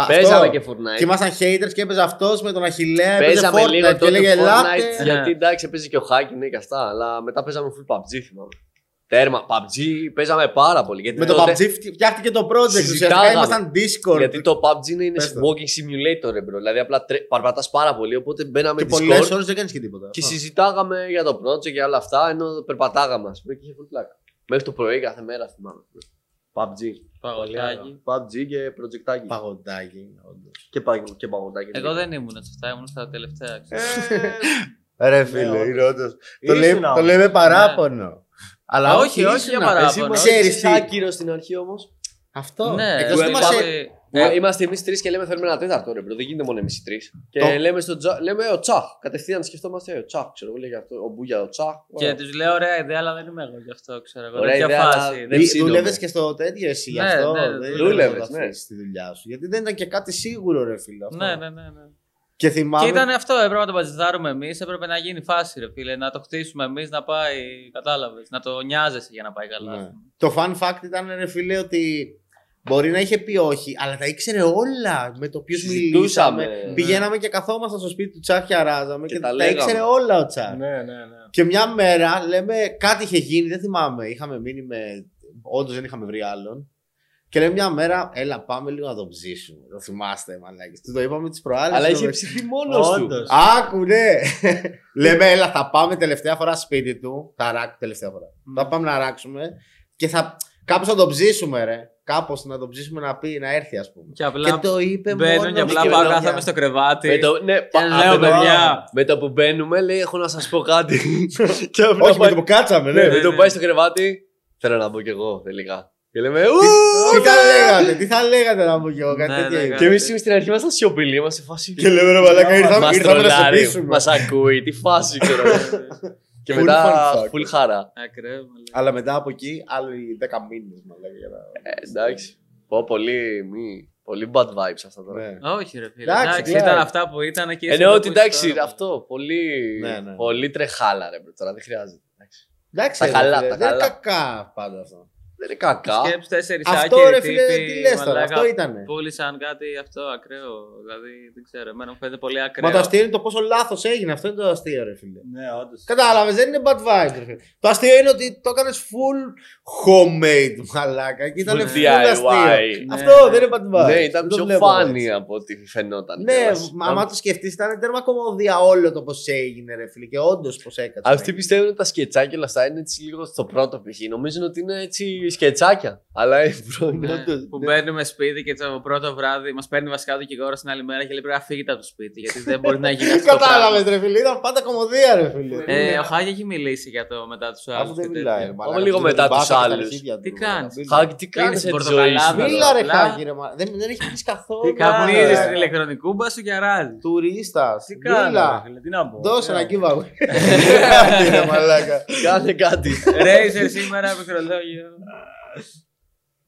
Speaker 1: Πα-
Speaker 3: Παίζαμε
Speaker 1: αυτό.
Speaker 3: και
Speaker 1: Και
Speaker 3: Fortnite.
Speaker 1: ήμασταν haters και έπαιζε αυτός με τον Αχηλέα.
Speaker 3: Παίζαμε
Speaker 1: έπαιζε
Speaker 3: λίγο
Speaker 1: Fortnite και έλεγε
Speaker 3: τότε Fortnite.
Speaker 1: Ελάτε.
Speaker 2: Ναι.
Speaker 3: Γιατί εντάξει, παίζει και ο Χάκη, ναι, και αυτά. Αλλά μετά παίζαμε full PUBG, θυμάμαι. Τέρμα, PUBG παίζαμε πάρα πολύ. Γιατί
Speaker 1: Με το
Speaker 3: τότε-
Speaker 1: PUBG φτυ- φτιάχτηκε το project. Ουσιαστικά
Speaker 3: Συζητάγαμε.
Speaker 1: ήμασταν Discord.
Speaker 3: Γιατί το PUBG είναι, είναι
Speaker 1: Πες το.
Speaker 3: walking simulator, ρε, μπρο. Δηλαδή απλά τρε... παρπατάς πάρα πολύ. Οπότε μπαίναμε
Speaker 1: Και
Speaker 3: Discord
Speaker 1: πολλές ώρες δεν κάνεις και τίποτα.
Speaker 3: και
Speaker 1: Α.
Speaker 3: συζητάγαμε για το project και όλα αυτά. Ενώ περπατάγαμε, ας πούμε, και είχε full πλάκα. Μέχρι το πρωί κάθε μέρα θυμάμαι. PUBG.
Speaker 2: Παγωτάκι.
Speaker 3: PUBG και προτζεκτάκι.
Speaker 1: Παγοντάκι, όντως.
Speaker 3: Και, πα... και παγωτάκι.
Speaker 2: Εγώ δεν ήμουν σε αυτά, ήμουν στα τελευταία. ξέρω.
Speaker 1: Ρε
Speaker 4: Ναι,
Speaker 1: φίλε,
Speaker 4: όντως.
Speaker 1: είναι όντως. Το, λέει,
Speaker 4: ήσουν
Speaker 1: το
Speaker 4: όμως.
Speaker 1: λέμε παράπονο. Αλλά
Speaker 2: Ναι. Όχι, όχι
Speaker 1: ήσουν,
Speaker 2: για
Speaker 1: εσύ
Speaker 2: παράπονο.
Speaker 1: μας
Speaker 2: Όχι,
Speaker 1: ξέρεις
Speaker 3: Ξέρει
Speaker 1: τι.
Speaker 3: τι άκυρος στην αρχή όμως.
Speaker 1: Αυτό.
Speaker 2: Ναι,
Speaker 1: Εκτός ότι
Speaker 3: Ε, που
Speaker 1: μας-
Speaker 3: έπαμε-
Speaker 2: δηλαδή,
Speaker 3: Ε, είμαστε εμείς τρεις και λέμε θέλουμε ένα τέταρτο ρε, μπρο. Δεν γίνεται μόνο εμείς οι τρεις. Και
Speaker 1: Το-
Speaker 3: λέμε στον Τζα... λέμε ο Τσαχ. Κατευθείαν σκεφτόμαστε ε, ο Τσαχ. Ξέρω εγώ λέγει αυτό. Ο Μπούγια ο Τσαχ.
Speaker 2: Και τους λέω ωραία ιδέα, αλλά δεν είμαι εγώ γι' αυτό, ξέρω εγώ.
Speaker 3: Ωραία
Speaker 2: Ωραία
Speaker 3: ιδέα,
Speaker 2: φάση.
Speaker 3: αλλά-
Speaker 2: Δεν-
Speaker 3: δεν
Speaker 1: Ή-
Speaker 3: ψήνομαι.
Speaker 1: Δούλευες και στο τέτοιο εσύ γι'
Speaker 2: Ναι,
Speaker 1: αυτό.
Speaker 2: ναι,
Speaker 1: δεν
Speaker 2: δούλευες,
Speaker 1: δούλευες
Speaker 3: ναι.
Speaker 1: ναι. στη δουλειά σου. Γιατί δεν ήταν και κάτι σίγουρο, ρε φίλε. Αυτό.
Speaker 2: Ναι, ναι, ναι. ναι.
Speaker 1: Και
Speaker 2: Και
Speaker 1: θυμάμαι.
Speaker 2: ήταν αυτό, έπρεπε να το μπατζιδάρουμε εμείς, έπρεπε να γίνει φάση, ρε φίλε. Να το χτίσουμε εμείς να πάει. Κατάλαβες. Να το νοιάζεσαι για να πάει καλά.
Speaker 1: Ναι. Το fun fact ήταν, ρε φίλε, ότι μπορεί να είχε πει όχι, αλλά τα ήξερε όλα. Με το ποιους
Speaker 3: Συζητούσαμε,
Speaker 1: μιλούσαμε.
Speaker 3: ναι.
Speaker 1: Πηγαίναμε και καθόμασταν στο σπίτι του Τσάχ και αράζαμε
Speaker 3: Και
Speaker 1: και,
Speaker 3: τα
Speaker 1: τα,
Speaker 3: λέγαμε.
Speaker 1: ήξερε όλα ο Τσάχ.
Speaker 4: Ναι, ναι, ναι.
Speaker 1: Και μια μέρα λέμε κάτι είχε γίνει, δεν θυμάμαι. Είχαμε μείνει με. Όντως δεν είχαμε βρει άλλον. Και λέμε μια μέρα, έλα πάμε λίγο να το ψήσουμε. Το θυμάστε, μαλάκι. Του το είπαμε τις προάλλες.
Speaker 3: Αλλά είχε ψηθεί μόνος του.
Speaker 4: Όντως.
Speaker 1: Άκου, ναι. λέμε, έλα, θα πάμε τελευταία φορά σπίτι του. Θα ράκ, τελευταία φορά. Θα πάμε να ράξουμε και θα. Κάπως να το ψήσουμε, ρε. Κάπως να το ψήσουμε να πει, να έρθει, ας πούμε.
Speaker 2: Και απλά
Speaker 1: και το είπε μόνο.
Speaker 2: μπαίνουν και απλά
Speaker 3: και
Speaker 2: πάω
Speaker 3: λόγια.
Speaker 2: κάθομαι στο κρεβάτι.
Speaker 3: Με το, ναι, πα-
Speaker 2: λέω,
Speaker 3: με το-
Speaker 2: παιδιά.
Speaker 3: Με το που μπαίνουμε, λέει: Έχω να σας πω κάτι. και αυτό
Speaker 1: Όχι, με
Speaker 3: πάει,
Speaker 1: το που κάτσαμε,
Speaker 3: ναι,
Speaker 1: ναι.
Speaker 3: με το που
Speaker 2: ναι.
Speaker 3: πάει στο κρεβάτι, θέλω να μπω κι εγώ τελικά. Και λέμε: «Ου,
Speaker 1: Τι θα
Speaker 3: ναι».
Speaker 1: λέγατε, τι θα λέγατε να πω κι εγώ, κάτι
Speaker 2: Ναι, ναι,
Speaker 1: τέτοιο
Speaker 2: κάτι.
Speaker 1: είπα.
Speaker 3: Και εμείς είμαστε στην αρχή, ήμασταν σιωπηλοί, είμαστε φάση.
Speaker 1: Και λέμε ρε μαλάκα ήρθαμε,
Speaker 3: Μας
Speaker 1: ήρθαμε να σε
Speaker 3: τρολάρει,
Speaker 1: πείσουμε.
Speaker 3: μας ακούει, τι φάση ξέρω. εγώ. και
Speaker 1: Full
Speaker 3: μετά,
Speaker 1: fun fact.
Speaker 3: full χαρά.
Speaker 2: Ακραίο, μου λέει.
Speaker 1: Αλλά μετά από εκεί άλλοι 10 μήνες μαλάκα για να...
Speaker 3: Ε, εντάξει. Πω πολύ, μη, πολύ bad vibes αυτά τώρα.
Speaker 1: Ναι.
Speaker 2: Όχι, ρε φίλε.
Speaker 1: Εντάξει, ναι.
Speaker 2: Εντάξει,
Speaker 1: εντάξει.
Speaker 2: ήταν αυτά που ήταν και. εσύ
Speaker 3: Εννοώ
Speaker 2: εδώ
Speaker 3: Ε, ναι, ότι
Speaker 2: που είσαι
Speaker 3: εντάξει,
Speaker 2: τώρα.
Speaker 3: αυτό, πολύ,
Speaker 1: Ναι, ναι.
Speaker 3: πολύ τρεχάλα ρε, τώρα δεν χρειάζεται. εντάξει.
Speaker 1: Εντάξει,
Speaker 3: Τα
Speaker 1: ρε,
Speaker 3: καλά,
Speaker 1: φίλε,
Speaker 3: τα
Speaker 1: δεν είναι
Speaker 3: καλά.
Speaker 1: κακά πάντα αυτό.
Speaker 3: Δεν είναι κακά.
Speaker 2: Σκέψτε τέσσερις
Speaker 1: Αυτό ρε φίλε, τι λες τώρα, αυτό ήταν.
Speaker 2: Πούλησαν κάτι αυτό ακραίο. Δηλαδή δεν ξέρω, εμένα μου φαίνεται πολύ ακραίο.
Speaker 1: Μα το αστείο είναι το πόσο λάθος έγινε. Αυτό είναι το αστείο, ρε φίλε.
Speaker 4: Ναι, όντως.
Speaker 1: Κατάλαβες, δεν είναι bad vibes. ρε φίλε. Το αστείο είναι ότι το έκανες full homemade μαλάκα και ήταν
Speaker 2: Full
Speaker 1: full
Speaker 3: DIY.
Speaker 1: αστείο.
Speaker 2: Ναι,
Speaker 1: Αυτό
Speaker 2: ναι.
Speaker 1: δεν είναι bad vibes.
Speaker 3: Ναι, ήταν
Speaker 1: Το
Speaker 3: πιο
Speaker 1: βλέπω
Speaker 3: φάνη
Speaker 1: έτσι.
Speaker 3: από ό,τι φαινόταν.
Speaker 1: Ναι,
Speaker 3: κιόλας.
Speaker 1: μα άμα το σκεφτείς, ήταν τέρμα κομμωδία όλο το πώς έγινε, ρε φίλε. Και όντως πώς έκατσε.
Speaker 3: Αυτοί πιστεύουν ότι τα σκετσάκια όλα αυτά είναι έτσι λίγο στο πρώτο π.χ. Νομίζουν ότι είναι έτσι σκετσάκια. Αλλά ε, είναι πρώην
Speaker 2: Ναι,
Speaker 3: όντως.
Speaker 2: που μπαίνουμε σπίτι και το πρώτο βράδυ μας παίρνει βασικά ο δικηγόρο την άλλη μέρα και λέει πρέπει να φύγετε από το σπίτι γιατί δεν μπορεί να γίνει αυτό. το
Speaker 1: Κατάλαβε,
Speaker 2: πράγμα.
Speaker 1: ρε φίλε. Ήταν πάντα κομμωδία, ρε φίλε.
Speaker 2: Ε, ο Χάγη έχει μιλήσει για το μετά τους άλλους.
Speaker 1: Αφού δεν μιλάει. ρε, μαλάκα,
Speaker 3: Πάμε λίγο
Speaker 1: του δίνει
Speaker 3: μετά
Speaker 1: μπάτα
Speaker 3: τους
Speaker 1: και τα
Speaker 3: άλλους.
Speaker 1: αρχίδια του,
Speaker 2: Τι
Speaker 1: ρε,
Speaker 2: κάνεις?
Speaker 1: μίλα.
Speaker 3: Χάκη, τι κάνεις
Speaker 2: στην
Speaker 3: έτσι τη ζωής σου.
Speaker 2: πορτοκαλάδα.
Speaker 1: Μίλα ρε
Speaker 2: Απλά.
Speaker 1: χάκι ρε μα. Δεν, δεν έχεις μιλήσει καθόλου.
Speaker 4: Τι κάνεις,
Speaker 1: ρε.
Speaker 2: Καπνίζει
Speaker 4: Καλά.
Speaker 2: την ηλεκτρονική μπα και αράζει.
Speaker 1: Τουρίστας.
Speaker 4: Τι κάνω,
Speaker 1: Μίλα.
Speaker 4: ρε φίλε, τι να πω.
Speaker 1: Δώσε
Speaker 4: Ναι.
Speaker 1: ένα κύβαγο. Κάτι, ρε μαλάκα.
Speaker 3: Κάνε κάτι.
Speaker 2: Ρέιζερ σήμερα μικρολόγιο.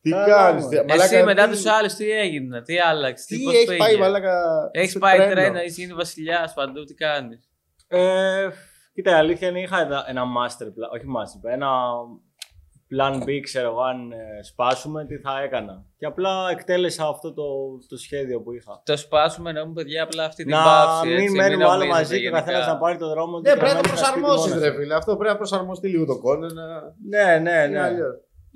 Speaker 1: Τι
Speaker 4: Καλά,
Speaker 1: κάνεις.
Speaker 4: μωρέ.
Speaker 1: ρε,
Speaker 2: Εσύ
Speaker 1: μαλάκα,
Speaker 2: μετά
Speaker 1: τι-
Speaker 2: τους άλλους τι έγινε, τι άλλαξε, τι
Speaker 1: Τι
Speaker 2: πώς
Speaker 1: έχει πάει
Speaker 2: πήγε.
Speaker 1: μαλάκα.
Speaker 2: Έχεις
Speaker 1: στο
Speaker 2: πάει τρένο, έχει γίνει βασιλιάς παντού, τι κάνεις.
Speaker 4: Ε, κοίτα, η αλήθεια είναι είχα ένα- ένα master plan, όχι master plan, ένα plan B, ξέρω εγώ, αν ε, σπάσουμε, τι θα έκανα. Και απλά εκτέλεσα αυτό το, το σχέδιο που είχα.
Speaker 2: Το σπάσουμε να μου παιδιά απλά αυτή την
Speaker 4: Να
Speaker 2: παύση.
Speaker 4: μην
Speaker 2: έτσι,
Speaker 4: μένουμε άλλο
Speaker 2: νομίζετε
Speaker 4: μαζί και ο
Speaker 2: γενικά.
Speaker 4: καθένας να πάρει το δρόμο του.
Speaker 1: Ναι,
Speaker 4: και
Speaker 1: πρέπει να το
Speaker 4: μένει στα σπίτι
Speaker 1: προσαρμόσεις,
Speaker 4: μόνος
Speaker 1: ρε
Speaker 4: του.
Speaker 1: φίλε. Αυτό πρέπει να προσαρμοστεί λίγο το κόνος. να-
Speaker 4: Ναι, ναι,
Speaker 1: είναι
Speaker 4: ναι.
Speaker 1: αλλιώς.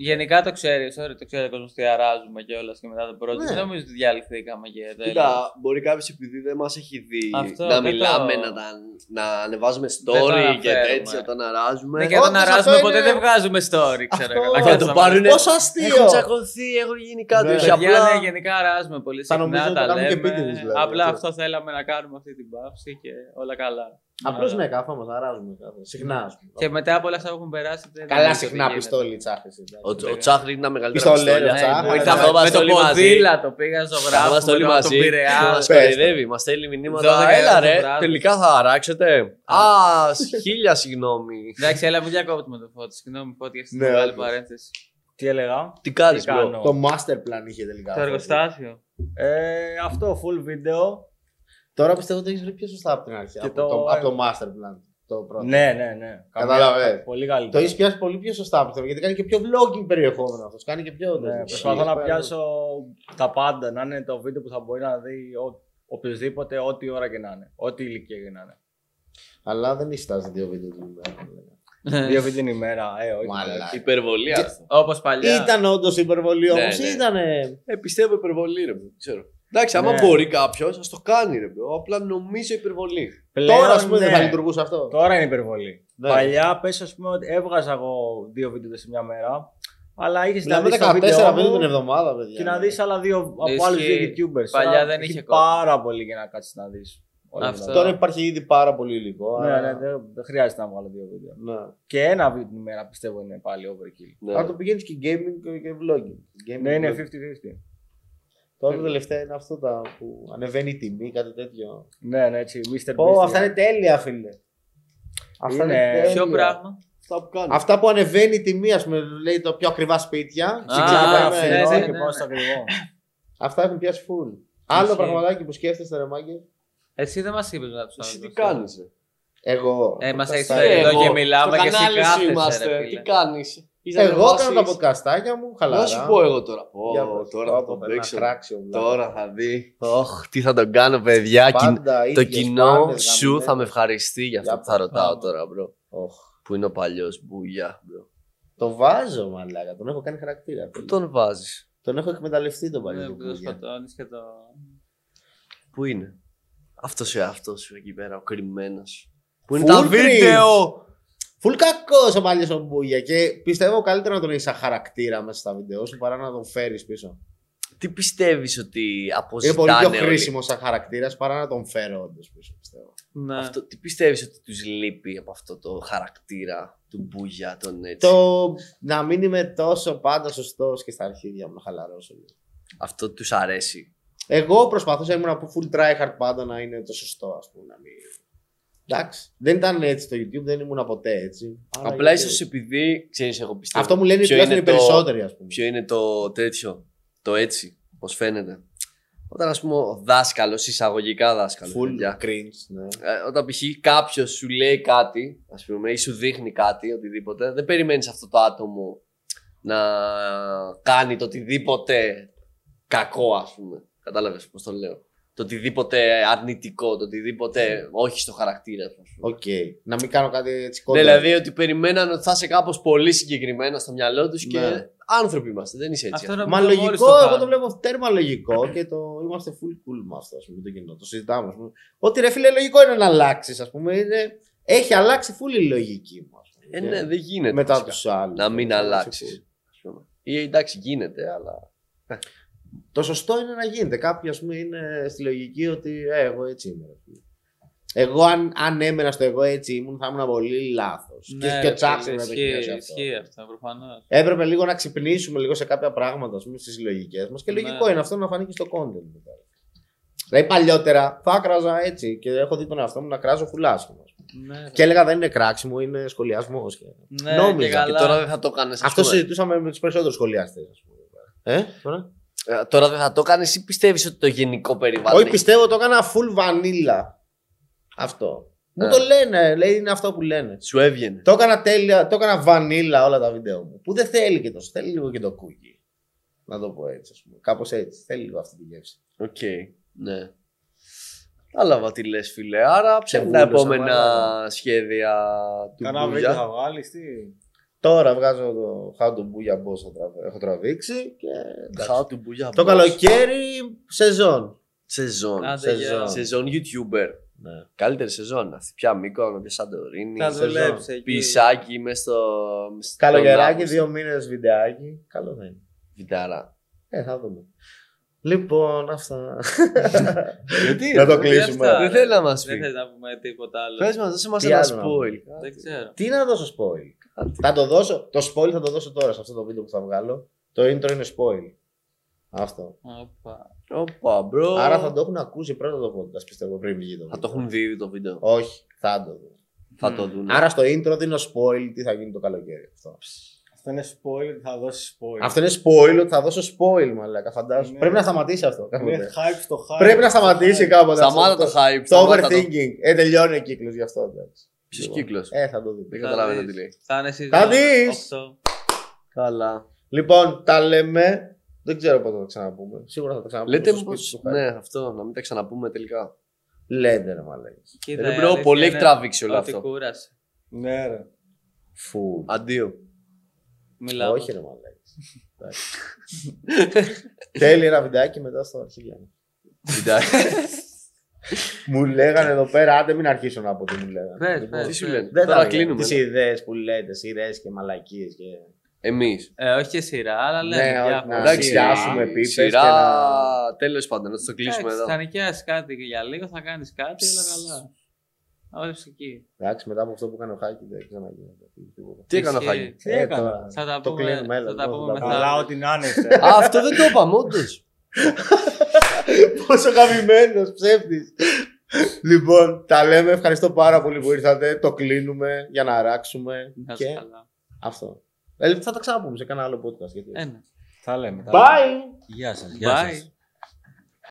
Speaker 2: Γενικά το ξέρει, sorry, το ξέρει ο κόσμος τι αράζουμε και όλα και μετά το πρώτο.
Speaker 1: Ναι.
Speaker 2: Δεν νομίζω ότι διαλυθήκαμε και τέλος.
Speaker 3: Κοίτα, μπορεί κάποιος επειδή δεν μας έχει δει
Speaker 2: Αυτό,
Speaker 3: να
Speaker 2: δεν
Speaker 3: μιλάμε,
Speaker 2: το-
Speaker 3: να, τα- να ανεβάζουμε
Speaker 2: Δεν το
Speaker 3: story και
Speaker 2: αναφέρουμε.
Speaker 3: τέτοια όταν αράζουμε.
Speaker 2: Ναι, και όταν
Speaker 1: Όντως, αυτό
Speaker 2: αράζουμε ποτέ
Speaker 1: είναι-
Speaker 2: δεν βγάζουμε story,
Speaker 1: Αυτό-
Speaker 2: ξέρω εγώ.
Speaker 1: Να
Speaker 3: το
Speaker 2: Ναι.
Speaker 3: πάρουνε-
Speaker 1: Πόσο αστείο.
Speaker 3: Έχω τσακωθεί, έχω γίνει κάτι.
Speaker 1: Ναι.
Speaker 3: όχι
Speaker 2: Παιδιά,
Speaker 3: απλά.
Speaker 2: ναι, γενικά αράζουμε πολύ
Speaker 1: Θα νομίζω
Speaker 2: συχνά,
Speaker 1: ότι
Speaker 2: τα
Speaker 1: το κάνουμε και
Speaker 2: λέμε.
Speaker 1: επίτηδες, δηλαδή,
Speaker 2: Απλά
Speaker 1: έτσι.
Speaker 2: αυτό θέλαμε να κάνουμε αυτή την παύση και όλα καλά.
Speaker 1: Απλώς
Speaker 2: Όλα.
Speaker 1: ναι, καφά μα αράζουμε. κάθε- Συχνά, ας πούμε.
Speaker 2: Και μετά από όλα αυτά που έχουν περάσει. δεν
Speaker 1: Καλά,
Speaker 2: νομίζω ότι
Speaker 1: συχνά
Speaker 2: γίνεται.
Speaker 1: πιστόλι τσάχνει.
Speaker 3: Ο, ο Τσάχνη είναι ένα μεγαλύτερο.
Speaker 1: Πιστολέρο,
Speaker 2: Ναι,
Speaker 1: Τσάχνη.
Speaker 2: ναι,
Speaker 1: Ήταν
Speaker 2: με- με
Speaker 3: μαζί.
Speaker 2: το ποδήλατο πήγα στο
Speaker 3: Είμαστε όλοι
Speaker 2: γράφο, με τον
Speaker 3: μαζί.
Speaker 2: Πειραιάς.
Speaker 3: Μας κορυδεύει, μας στέλνει μηνύματα.
Speaker 2: 12
Speaker 3: Έλα
Speaker 2: το
Speaker 3: ρε,
Speaker 2: βράδυ.
Speaker 3: τελικά θα αράξετε. Α, χίλια συγγνώμη.
Speaker 2: Εντάξει, έλα, μην διακόπτουμε το φώτι. Συγγνώμη, φώτι για την
Speaker 1: Ναι,
Speaker 2: μεγάλη
Speaker 1: όντως.
Speaker 2: παρένθεση.
Speaker 4: Τι έλεγα.
Speaker 3: Τι κάνεις,
Speaker 4: Τι
Speaker 3: bro.
Speaker 4: κάνω.
Speaker 1: Το master plan είχε τελικά.
Speaker 2: Το εργοστάσιο.
Speaker 4: Ε, αυτό, full βίντεο.
Speaker 1: Τώρα πιστεύω ότι έχεις βρει πιο σωστά από την αρχή.
Speaker 4: Και
Speaker 1: Από
Speaker 4: το- ε-
Speaker 1: το, από το master plan. Το πρώτο.
Speaker 4: Ναι, ναι, ναι.
Speaker 1: Κατάλαβες.
Speaker 4: Πολύ
Speaker 1: Το
Speaker 4: καλύτερο.
Speaker 1: έχεις πιάσει πολύ πιο σωστά πιστεύω. Γιατί κάνει και πιο vlogging περιεχόμενο αυτός. Κάνει και πιο.
Speaker 4: Ναι,
Speaker 1: τέτοιο.
Speaker 4: προσπαθώ να
Speaker 1: Πάει-
Speaker 4: πιάσω τα πάντα. Να είναι το βίντεο που θα μπορεί να δει ο- οποιοδήποτε, ό,τι ώρα και να είναι. Ό,τι ηλικία και να είναι.
Speaker 1: Αλλά δεν έχεις τάσει δύο βίντεο την ημέρα.
Speaker 2: Ναι.
Speaker 4: Δύο βίντεο την ημέρα, ε, όχι.
Speaker 1: Μαλάκα.
Speaker 3: Υπερβολή. άστο.
Speaker 2: Όπως παλιά.
Speaker 1: Ήταν όντως υπερβολή όμως.
Speaker 3: Ναι, ναι.
Speaker 1: Ήταν.
Speaker 3: Ε, πιστεύω υπερβολή, ρε. bro. Ξέρω. Εντάξει, άμα
Speaker 4: Ναι.
Speaker 3: μπορεί κάποιος, ας το κάνει, ρε. bro. Απλά νομίζω υπερβολή.
Speaker 4: Πλέον,
Speaker 1: Τώρα ας πούμε δεν
Speaker 4: ναι.
Speaker 1: θα λειτουργούσε αυτό.
Speaker 4: Τώρα είναι υπερβολή.
Speaker 1: Ναι.
Speaker 4: Παλιά, πες, ας πούμε, ότι έβγαζα εγώ δύο βίντεο σε μια μέρα, αλλά είχες να
Speaker 1: Μιλάμε 14
Speaker 4: δει το δηλαδή βίντεο
Speaker 1: βίντεο την
Speaker 4: μου
Speaker 1: εβδομάδα, παιδιά.
Speaker 4: και να δεις άλλα δύο από
Speaker 2: Ισχύει.
Speaker 4: άλλους δύο YouTubers.
Speaker 2: Παλιά
Speaker 4: Άρα
Speaker 2: δεν
Speaker 4: έχει
Speaker 2: είχε
Speaker 4: πάρα πολύ για να κάτσεις να δεις.
Speaker 2: Αυτό.
Speaker 1: Τώρα υπάρχει ήδη πάρα πολύ υλικό.
Speaker 4: Ναι,
Speaker 1: άρα-
Speaker 4: ναι, δεν δεν χρειάζεται να βγάλω δύο βίντεο.
Speaker 1: Ναι.
Speaker 4: Και ένα βίντεο την ημέρα πιστεύω είναι πάλι overkill.
Speaker 3: Ναι.
Speaker 1: Αν το πηγαίνεις και gaming και- και vlogging. Gaming
Speaker 4: Ναι, είναι
Speaker 1: vlogging.
Speaker 4: 50-50.
Speaker 3: Ε,
Speaker 1: Τώρα τα τελευταία είναι αυτό τα που ανεβαίνει η τιμή, κάτι τέτοιο.
Speaker 4: Ναι, ναι, έτσι. Mr.
Speaker 1: Ω,
Speaker 4: Beast,
Speaker 1: αυτά
Speaker 4: ναι.
Speaker 1: είναι τέλεια, φίλε. Αυτά
Speaker 4: Είναι-
Speaker 1: είναι τέλεια.
Speaker 2: Ποιο πράγμα.
Speaker 3: Αυτά που κάνεις.
Speaker 1: Αυτά που ανεβαίνει η τιμή, ας πούμε, λέει τα πιο ακριβά σπίτια.
Speaker 2: Α,
Speaker 1: ξεκινάει με-
Speaker 2: ναι, ναι,
Speaker 4: Φθηνό
Speaker 2: ναι,
Speaker 4: και
Speaker 2: ναι.
Speaker 4: πάω στο ακριβό.
Speaker 1: Αυτά έχουν πιάσει full. Άλλο
Speaker 2: Ισχύει.
Speaker 1: πραγματάκι που σκέφτεσαι, ρε μάγκε.
Speaker 2: Εσύ δεν μας είπες μετά τους
Speaker 3: Εσύ
Speaker 2: άλλου.
Speaker 3: τι κάνει.
Speaker 1: Εγώ.
Speaker 2: Ε, μας
Speaker 1: Τα
Speaker 2: έχεις
Speaker 1: στα-
Speaker 2: φέρει εδώ
Speaker 1: εγώ-
Speaker 2: και μιλάμε και εσύ κάθεσαι. ρε
Speaker 3: Τι
Speaker 2: φίλε.
Speaker 3: κάνει.
Speaker 1: Εγώ κάνω τα podcastάκια μου, χαλαρά.
Speaker 3: Να σου πω εγώ τώρα. Πω,
Speaker 1: Για μας.
Speaker 3: τώρα θα
Speaker 1: Πω,
Speaker 3: το
Speaker 1: πω, ένα
Speaker 3: παίξω.
Speaker 1: τράξιο, βλάκα.
Speaker 3: Τώρα θα δει. Οχ, τι θα τον κάνω, παιδιά. Κοιν-
Speaker 1: Πάντα
Speaker 3: Το
Speaker 1: ίδιες
Speaker 3: κοινό
Speaker 1: πάνες,
Speaker 3: σου θα με
Speaker 1: γαμημένες.
Speaker 3: ευχαριστεί για αυτό
Speaker 1: Για
Speaker 3: που θα ρωτάω
Speaker 2: πάμε.
Speaker 3: τώρα, bro.
Speaker 1: Οχ,
Speaker 3: Που είναι ο παλιός μπουλιά, bro.
Speaker 1: Το βάζω, μαλάκα. Τον έχω κάνει χαρακτήρα.
Speaker 3: Πού τον βάζεις,
Speaker 1: Τον έχω εκμεταλλευτεί τον
Speaker 2: Ναι,
Speaker 1: παλιό.
Speaker 2: που το σκοτώνει και το.
Speaker 3: Πού είναι. Αυτός ο εαυτό σου εκεί πέρα, ο κρυμμένος. Πού είναι
Speaker 1: Full
Speaker 3: τα
Speaker 1: cringe.
Speaker 3: βίντεο!
Speaker 1: Φουλ κακός ο παλιό ο Μπούγια και πιστεύω καλύτερα να τον έχεις σαν χαρακτήρα μέσα στα βίντεο σου παρά να τον φέρεις πίσω.
Speaker 3: Τι πιστεύεις ότι
Speaker 1: Είναι
Speaker 3: αποζητάνε
Speaker 1: πολύ πιο
Speaker 3: όλοι?
Speaker 1: χρήσιμο σαν χαρακτήρας παρά να τον φέρω όντως πίσω, πιστεύω.
Speaker 2: Ναι.
Speaker 3: Αυτό, τι πιστεύεις ότι τους λείπει από αυτό το χαρακτήρα του Μπούγια, τον έτσι.
Speaker 1: Το να μην είμαι τόσο πάντα σωστός και στα αρχίδια μου να χαλαρώσω. λίγο.
Speaker 3: Αυτό τους αρέσει.
Speaker 1: Εγώ προσπαθούσα ήμουν από full tryhard πάντα να είναι το σωστό, ας πούμε. Να μην... Εντάξει. Δεν ήταν έτσι το YouTube, δεν ήμουν ποτέ έτσι. Άρα
Speaker 3: Απλά
Speaker 1: γιατί-
Speaker 3: ίσως επειδή ξέρεις, εγώ πιστεύω.
Speaker 1: Αυτό μου λένε
Speaker 3: ποιο
Speaker 1: τουλάχιστον οι
Speaker 3: είναι το-
Speaker 1: περισσότεροι, ας πούμε.
Speaker 3: Ποιο είναι το τέτοιο, το έτσι, πώς φαίνεται. Όταν ας πούμε ο δάσκαλος, εισαγωγικά δάσκαλος.
Speaker 1: Full cringe, ναι.
Speaker 3: Ε, όταν π.χ. κάποιος σου λέει κάτι, ας πούμε, ή σου δείχνει κάτι, οτιδήποτε, δεν περιμένεις αυτό το άτομο να κάνει το οτιδήποτε κακό, ας πούμε. Κατάλαβες πώς το λέω. Το οτιδήποτε αρνητικό, το οτιδήποτε όχι στο χαρακτήρα του. ας πούμε.
Speaker 1: Οκ. Να μην κάνω κάτι έτσι
Speaker 3: Ναι,
Speaker 1: κόντρα.
Speaker 3: δηλαδή ότι περιμέναν ότι θα είσαι κάπως πολύ συγκεκριμένα στο μυαλό τους και
Speaker 1: Ναι.
Speaker 3: άνθρωποι είμαστε, δεν είσαι έτσι.
Speaker 2: Αυτό είναι
Speaker 1: Μα
Speaker 2: από το μόλις
Speaker 1: λογικό, εγώ
Speaker 2: κάνω.
Speaker 1: το βλέπω τέρμα λογικό και το είμαστε full cool με αυτό, ας πούμε, το κοινό. Το συζητάμε, ας πούμε. Ότι ρε φίλε, λογικό είναι να αλλάξεις, ας πούμε. Είναι... Έχει αλλάξει full η λογική μου, ας πούμε.
Speaker 3: Ε,
Speaker 1: και
Speaker 3: ναι, δεν γίνεται.
Speaker 1: μετά Ναι,
Speaker 3: βασικά.
Speaker 1: τους άλλους.
Speaker 3: να μην αλλάξει. Ή εντάξει, γίνεται, αλλά.
Speaker 1: Το σωστό είναι να γίνεται. Κάποιοι, ας πούμε, είναι στη λογική ότι ε, εγώ έτσι είμαι. ρε φίλε. Εγώ, αν, αν έμενα στο εγώ έτσι ήμουν, θα ήμουν πολύ λάθος.
Speaker 2: Ναι,
Speaker 1: και
Speaker 2: ρε,
Speaker 1: ο Τσάξι
Speaker 2: ισχύει,
Speaker 1: με το χειρίζει αυτό.
Speaker 2: Ισχύει αυτό, προφανώς.
Speaker 1: Έπρεπε λίγο να ξυπνήσουμε λίγο σε κάποια πράγματα, ας πούμε, στις συλλογικές μας. Και
Speaker 2: Ναι.
Speaker 1: λογικό είναι αυτό να φανεί και στο content. μετά. Δηλαδή, παλιότερα θα κράζα έτσι και έχω δει τον εαυτό μου να κράζω φουλάσιμο.
Speaker 2: Ναι,
Speaker 1: Και έλεγα δεν είναι κράξιμο, είναι σχολιασμός.
Speaker 2: ναι,
Speaker 1: νόμιζα
Speaker 2: και
Speaker 1: και
Speaker 3: Και
Speaker 2: καλά.
Speaker 3: τώρα δεν θα το κάνεις.
Speaker 1: Αυτό συζητούσαμε με τους περισσότερους σχολιαστές. Ε, τώρα.
Speaker 3: Ε, τώρα δεν θα το κάνεις ή πιστεύεις ότι το γενικό περιβάλλον.
Speaker 1: Όχι, πιστεύω το έκανα full vanilla. Αυτό. Μου
Speaker 2: Ναι.
Speaker 3: Ε.
Speaker 1: το λένε, λέει είναι αυτό που λένε.
Speaker 3: Σου έβγαινε.
Speaker 1: Το έκανα τέλεια, το έκανα vanilla όλα τα βίντεο μου. Που δεν θέλει και τόσο. Θέλει λίγο και το κούκι. Να το πω έτσι, ας πούμε. Κάπως έτσι. Θέλει λίγο αυτή τη γεύση.
Speaker 3: Οκ. Ναι. Κατάλαβα τι λες, φίλε. Άρα ψάχνει τα
Speaker 1: Βούλωσα,
Speaker 3: επόμενα
Speaker 1: μάλλον.
Speaker 3: σχέδια του
Speaker 4: Κανένα βίντεο
Speaker 3: Μπούγια.
Speaker 4: θα βγάλεις, τι.
Speaker 1: Τώρα βγάζω το How to Booyah Boss θα τραβ- έχω τραβήξει και εντάξει.
Speaker 3: Χάου του Μπούγια.
Speaker 1: το
Speaker 3: boss.
Speaker 1: καλοκαίρι σεζόν.
Speaker 3: Σεζόν.
Speaker 2: Άντε, γεια.
Speaker 3: Σεζόν YouTuber.
Speaker 1: Ναι.
Speaker 3: Καλύτερη σεζόν. Αυτή πια Μίκο, με πια Σαντορίνη.
Speaker 2: Θα
Speaker 1: δουλεύει.
Speaker 2: δουλέψει εκεί.
Speaker 3: Πισάκι μέσα στο. στον
Speaker 1: Καλοκαιράκι,
Speaker 3: Αύγουστο.
Speaker 1: δύο μήνες βιντεάκι. Καλό θα είναι.
Speaker 3: Βιτάρα.
Speaker 1: Ε, θα δούμε. Λοιπόν, αυτά.
Speaker 3: Γιατί
Speaker 1: Να το
Speaker 3: ρε,
Speaker 1: κλείσουμε.
Speaker 3: Δεν θέλει να μας
Speaker 2: Δεν
Speaker 3: πει.
Speaker 2: θε να πούμε τίποτα άλλο.
Speaker 3: Πες μας, δώσε μας
Speaker 1: Ναι. Τι
Speaker 3: ένα
Speaker 1: άλλο να
Speaker 3: spoil.
Speaker 2: Δεν ξέρω.
Speaker 1: Τι να δώσω spoil.
Speaker 3: Κάτι.
Speaker 1: Θα το δώσω. Το spoil θα το δώσω τώρα σε αυτό το βίντεο που θα βγάλω. Το intro είναι spoil. Αυτό.
Speaker 2: Οπα.
Speaker 3: Όπα, μπρο.
Speaker 1: Άρα θα το έχουν ακούσει πρώτα το podcast πιστεύω πριν βγει το
Speaker 3: Θα
Speaker 1: βίντεο.
Speaker 3: το έχουν δει το βίντεο.
Speaker 1: Όχι, θα το δουν.
Speaker 3: Θα το δουν.
Speaker 1: Άρα στο intro δίνω spoil τι θα γίνει το καλοκαίρι. Αυτό.
Speaker 4: Αυτό είναι spoil, θα δώσει spoil.
Speaker 1: Αυτό είναι spoil, ότι θα δώσω spoil, μαλάκα. Φαντάζομαι.
Speaker 4: Ναι.
Speaker 1: Πρέπει να σταματήσει αυτό.
Speaker 4: είναι
Speaker 1: κάποτε.
Speaker 4: hype στο hype.
Speaker 1: Πρέπει να σταματήσει κάποτε.
Speaker 3: Σταμάτα
Speaker 1: αυτό.
Speaker 3: το hype.
Speaker 1: Το
Speaker 3: σταμάτα το-
Speaker 1: overthinking. Ε, τελειώνει ο κύκλος γι' αυτό. εντάξει.
Speaker 3: Ποιος
Speaker 1: Λοιπόν.
Speaker 3: κύκλος?
Speaker 1: Ε, θα το δούμε.
Speaker 3: Δεν καταλαβαίνω
Speaker 2: δεις.
Speaker 3: τι λέει. Ε,
Speaker 2: Θα είναι εσύ.
Speaker 1: Θα δεις.
Speaker 3: Καλά.
Speaker 1: Λοιπόν, τα λέμε. Δεν ξέρω πότε θα τα ξαναπούμε. Σίγουρα θα τα ξαναπούμε.
Speaker 3: Λέτε
Speaker 1: στο
Speaker 3: μου
Speaker 1: σπίτι του Χάρη.
Speaker 3: Ναι, αυτό, να μην τα ξαναπούμε τελικά.
Speaker 1: Λέτε ρε μαλάκα.
Speaker 3: Ρε μπρο, πολύ έχει τραβήξει όλο
Speaker 2: Ότι
Speaker 3: αυτό.
Speaker 2: κούρασε.
Speaker 4: Ναι, ρε.
Speaker 1: Φου.
Speaker 3: Αντίο.
Speaker 2: Μιλάω.
Speaker 1: Όχι ρε μαλάκα. Εντάξει. Τέλει ένα βιντεάκι μετά στο αρχηγείο.
Speaker 3: Εντάξει.
Speaker 1: Μου λέγανε εδώ πέρα, άντε μην αρχίσω να πω τι μου λέγανε.
Speaker 2: Πες,
Speaker 1: Λοιπόν,
Speaker 2: πες.
Speaker 3: Τι σου λένε.
Speaker 1: Δεν
Speaker 3: Ναι, Τώρα
Speaker 1: θα
Speaker 3: κλείνουμε. ναι.
Speaker 1: κλείνουμε. Τις ιδέες που λέτε, σειρές και μαλακίες. Και...
Speaker 3: Εμείς.
Speaker 2: Ε, όχι και σειρά, αλλά
Speaker 1: Ναι,
Speaker 2: λέμε.
Speaker 1: όχι,
Speaker 2: διάφορα.
Speaker 1: να
Speaker 3: Εντάξει,
Speaker 1: νοικιάσουμε πίπες
Speaker 3: σειρά.
Speaker 1: και να-
Speaker 3: Τέλος πάντων, να το κλείσουμε
Speaker 2: Εντάξει,
Speaker 3: εδώ.
Speaker 2: Θα νοικιάσεις κάτι και για λίγο, θα κάνεις κάτι, αλλά καλά. Όλε εκεί.
Speaker 1: Εντάξει, μετά από αυτό που έκανε ο Χάκη, δεν ξαναγίνεται. τίποτα. Ε,
Speaker 3: Τι έκανε ο
Speaker 2: Ισχύει.
Speaker 3: Χάκη.
Speaker 4: Τι έκανα.
Speaker 1: τώρα.
Speaker 2: Θα τα
Speaker 1: Το
Speaker 2: πούμε-
Speaker 1: κλείνουμε, έλα,
Speaker 2: θα τα
Speaker 1: εγώ
Speaker 2: πούμε μετά.
Speaker 4: Καλά, ό,τι να είναι. είσαι.
Speaker 3: Α, αυτό δεν το είπαμε, όντως.
Speaker 1: Πόσο χαμημένο ψεύτης. λοιπόν, τα λέμε. Ευχαριστώ πάρα πολύ που ήρθατε. Το κλείνουμε για να αράξουμε.
Speaker 2: Να είσαι
Speaker 1: και
Speaker 2: καλά.
Speaker 1: αυτό.
Speaker 2: ναι.
Speaker 1: Ε, θα τα ξαναπούμε σε κανένα άλλο podcast. Γιατί...
Speaker 2: Ένα.
Speaker 4: Θα λέμε. θα λέμε.
Speaker 1: Bye!
Speaker 4: Γεια σας. Γεια
Speaker 2: Bye.
Speaker 4: σας.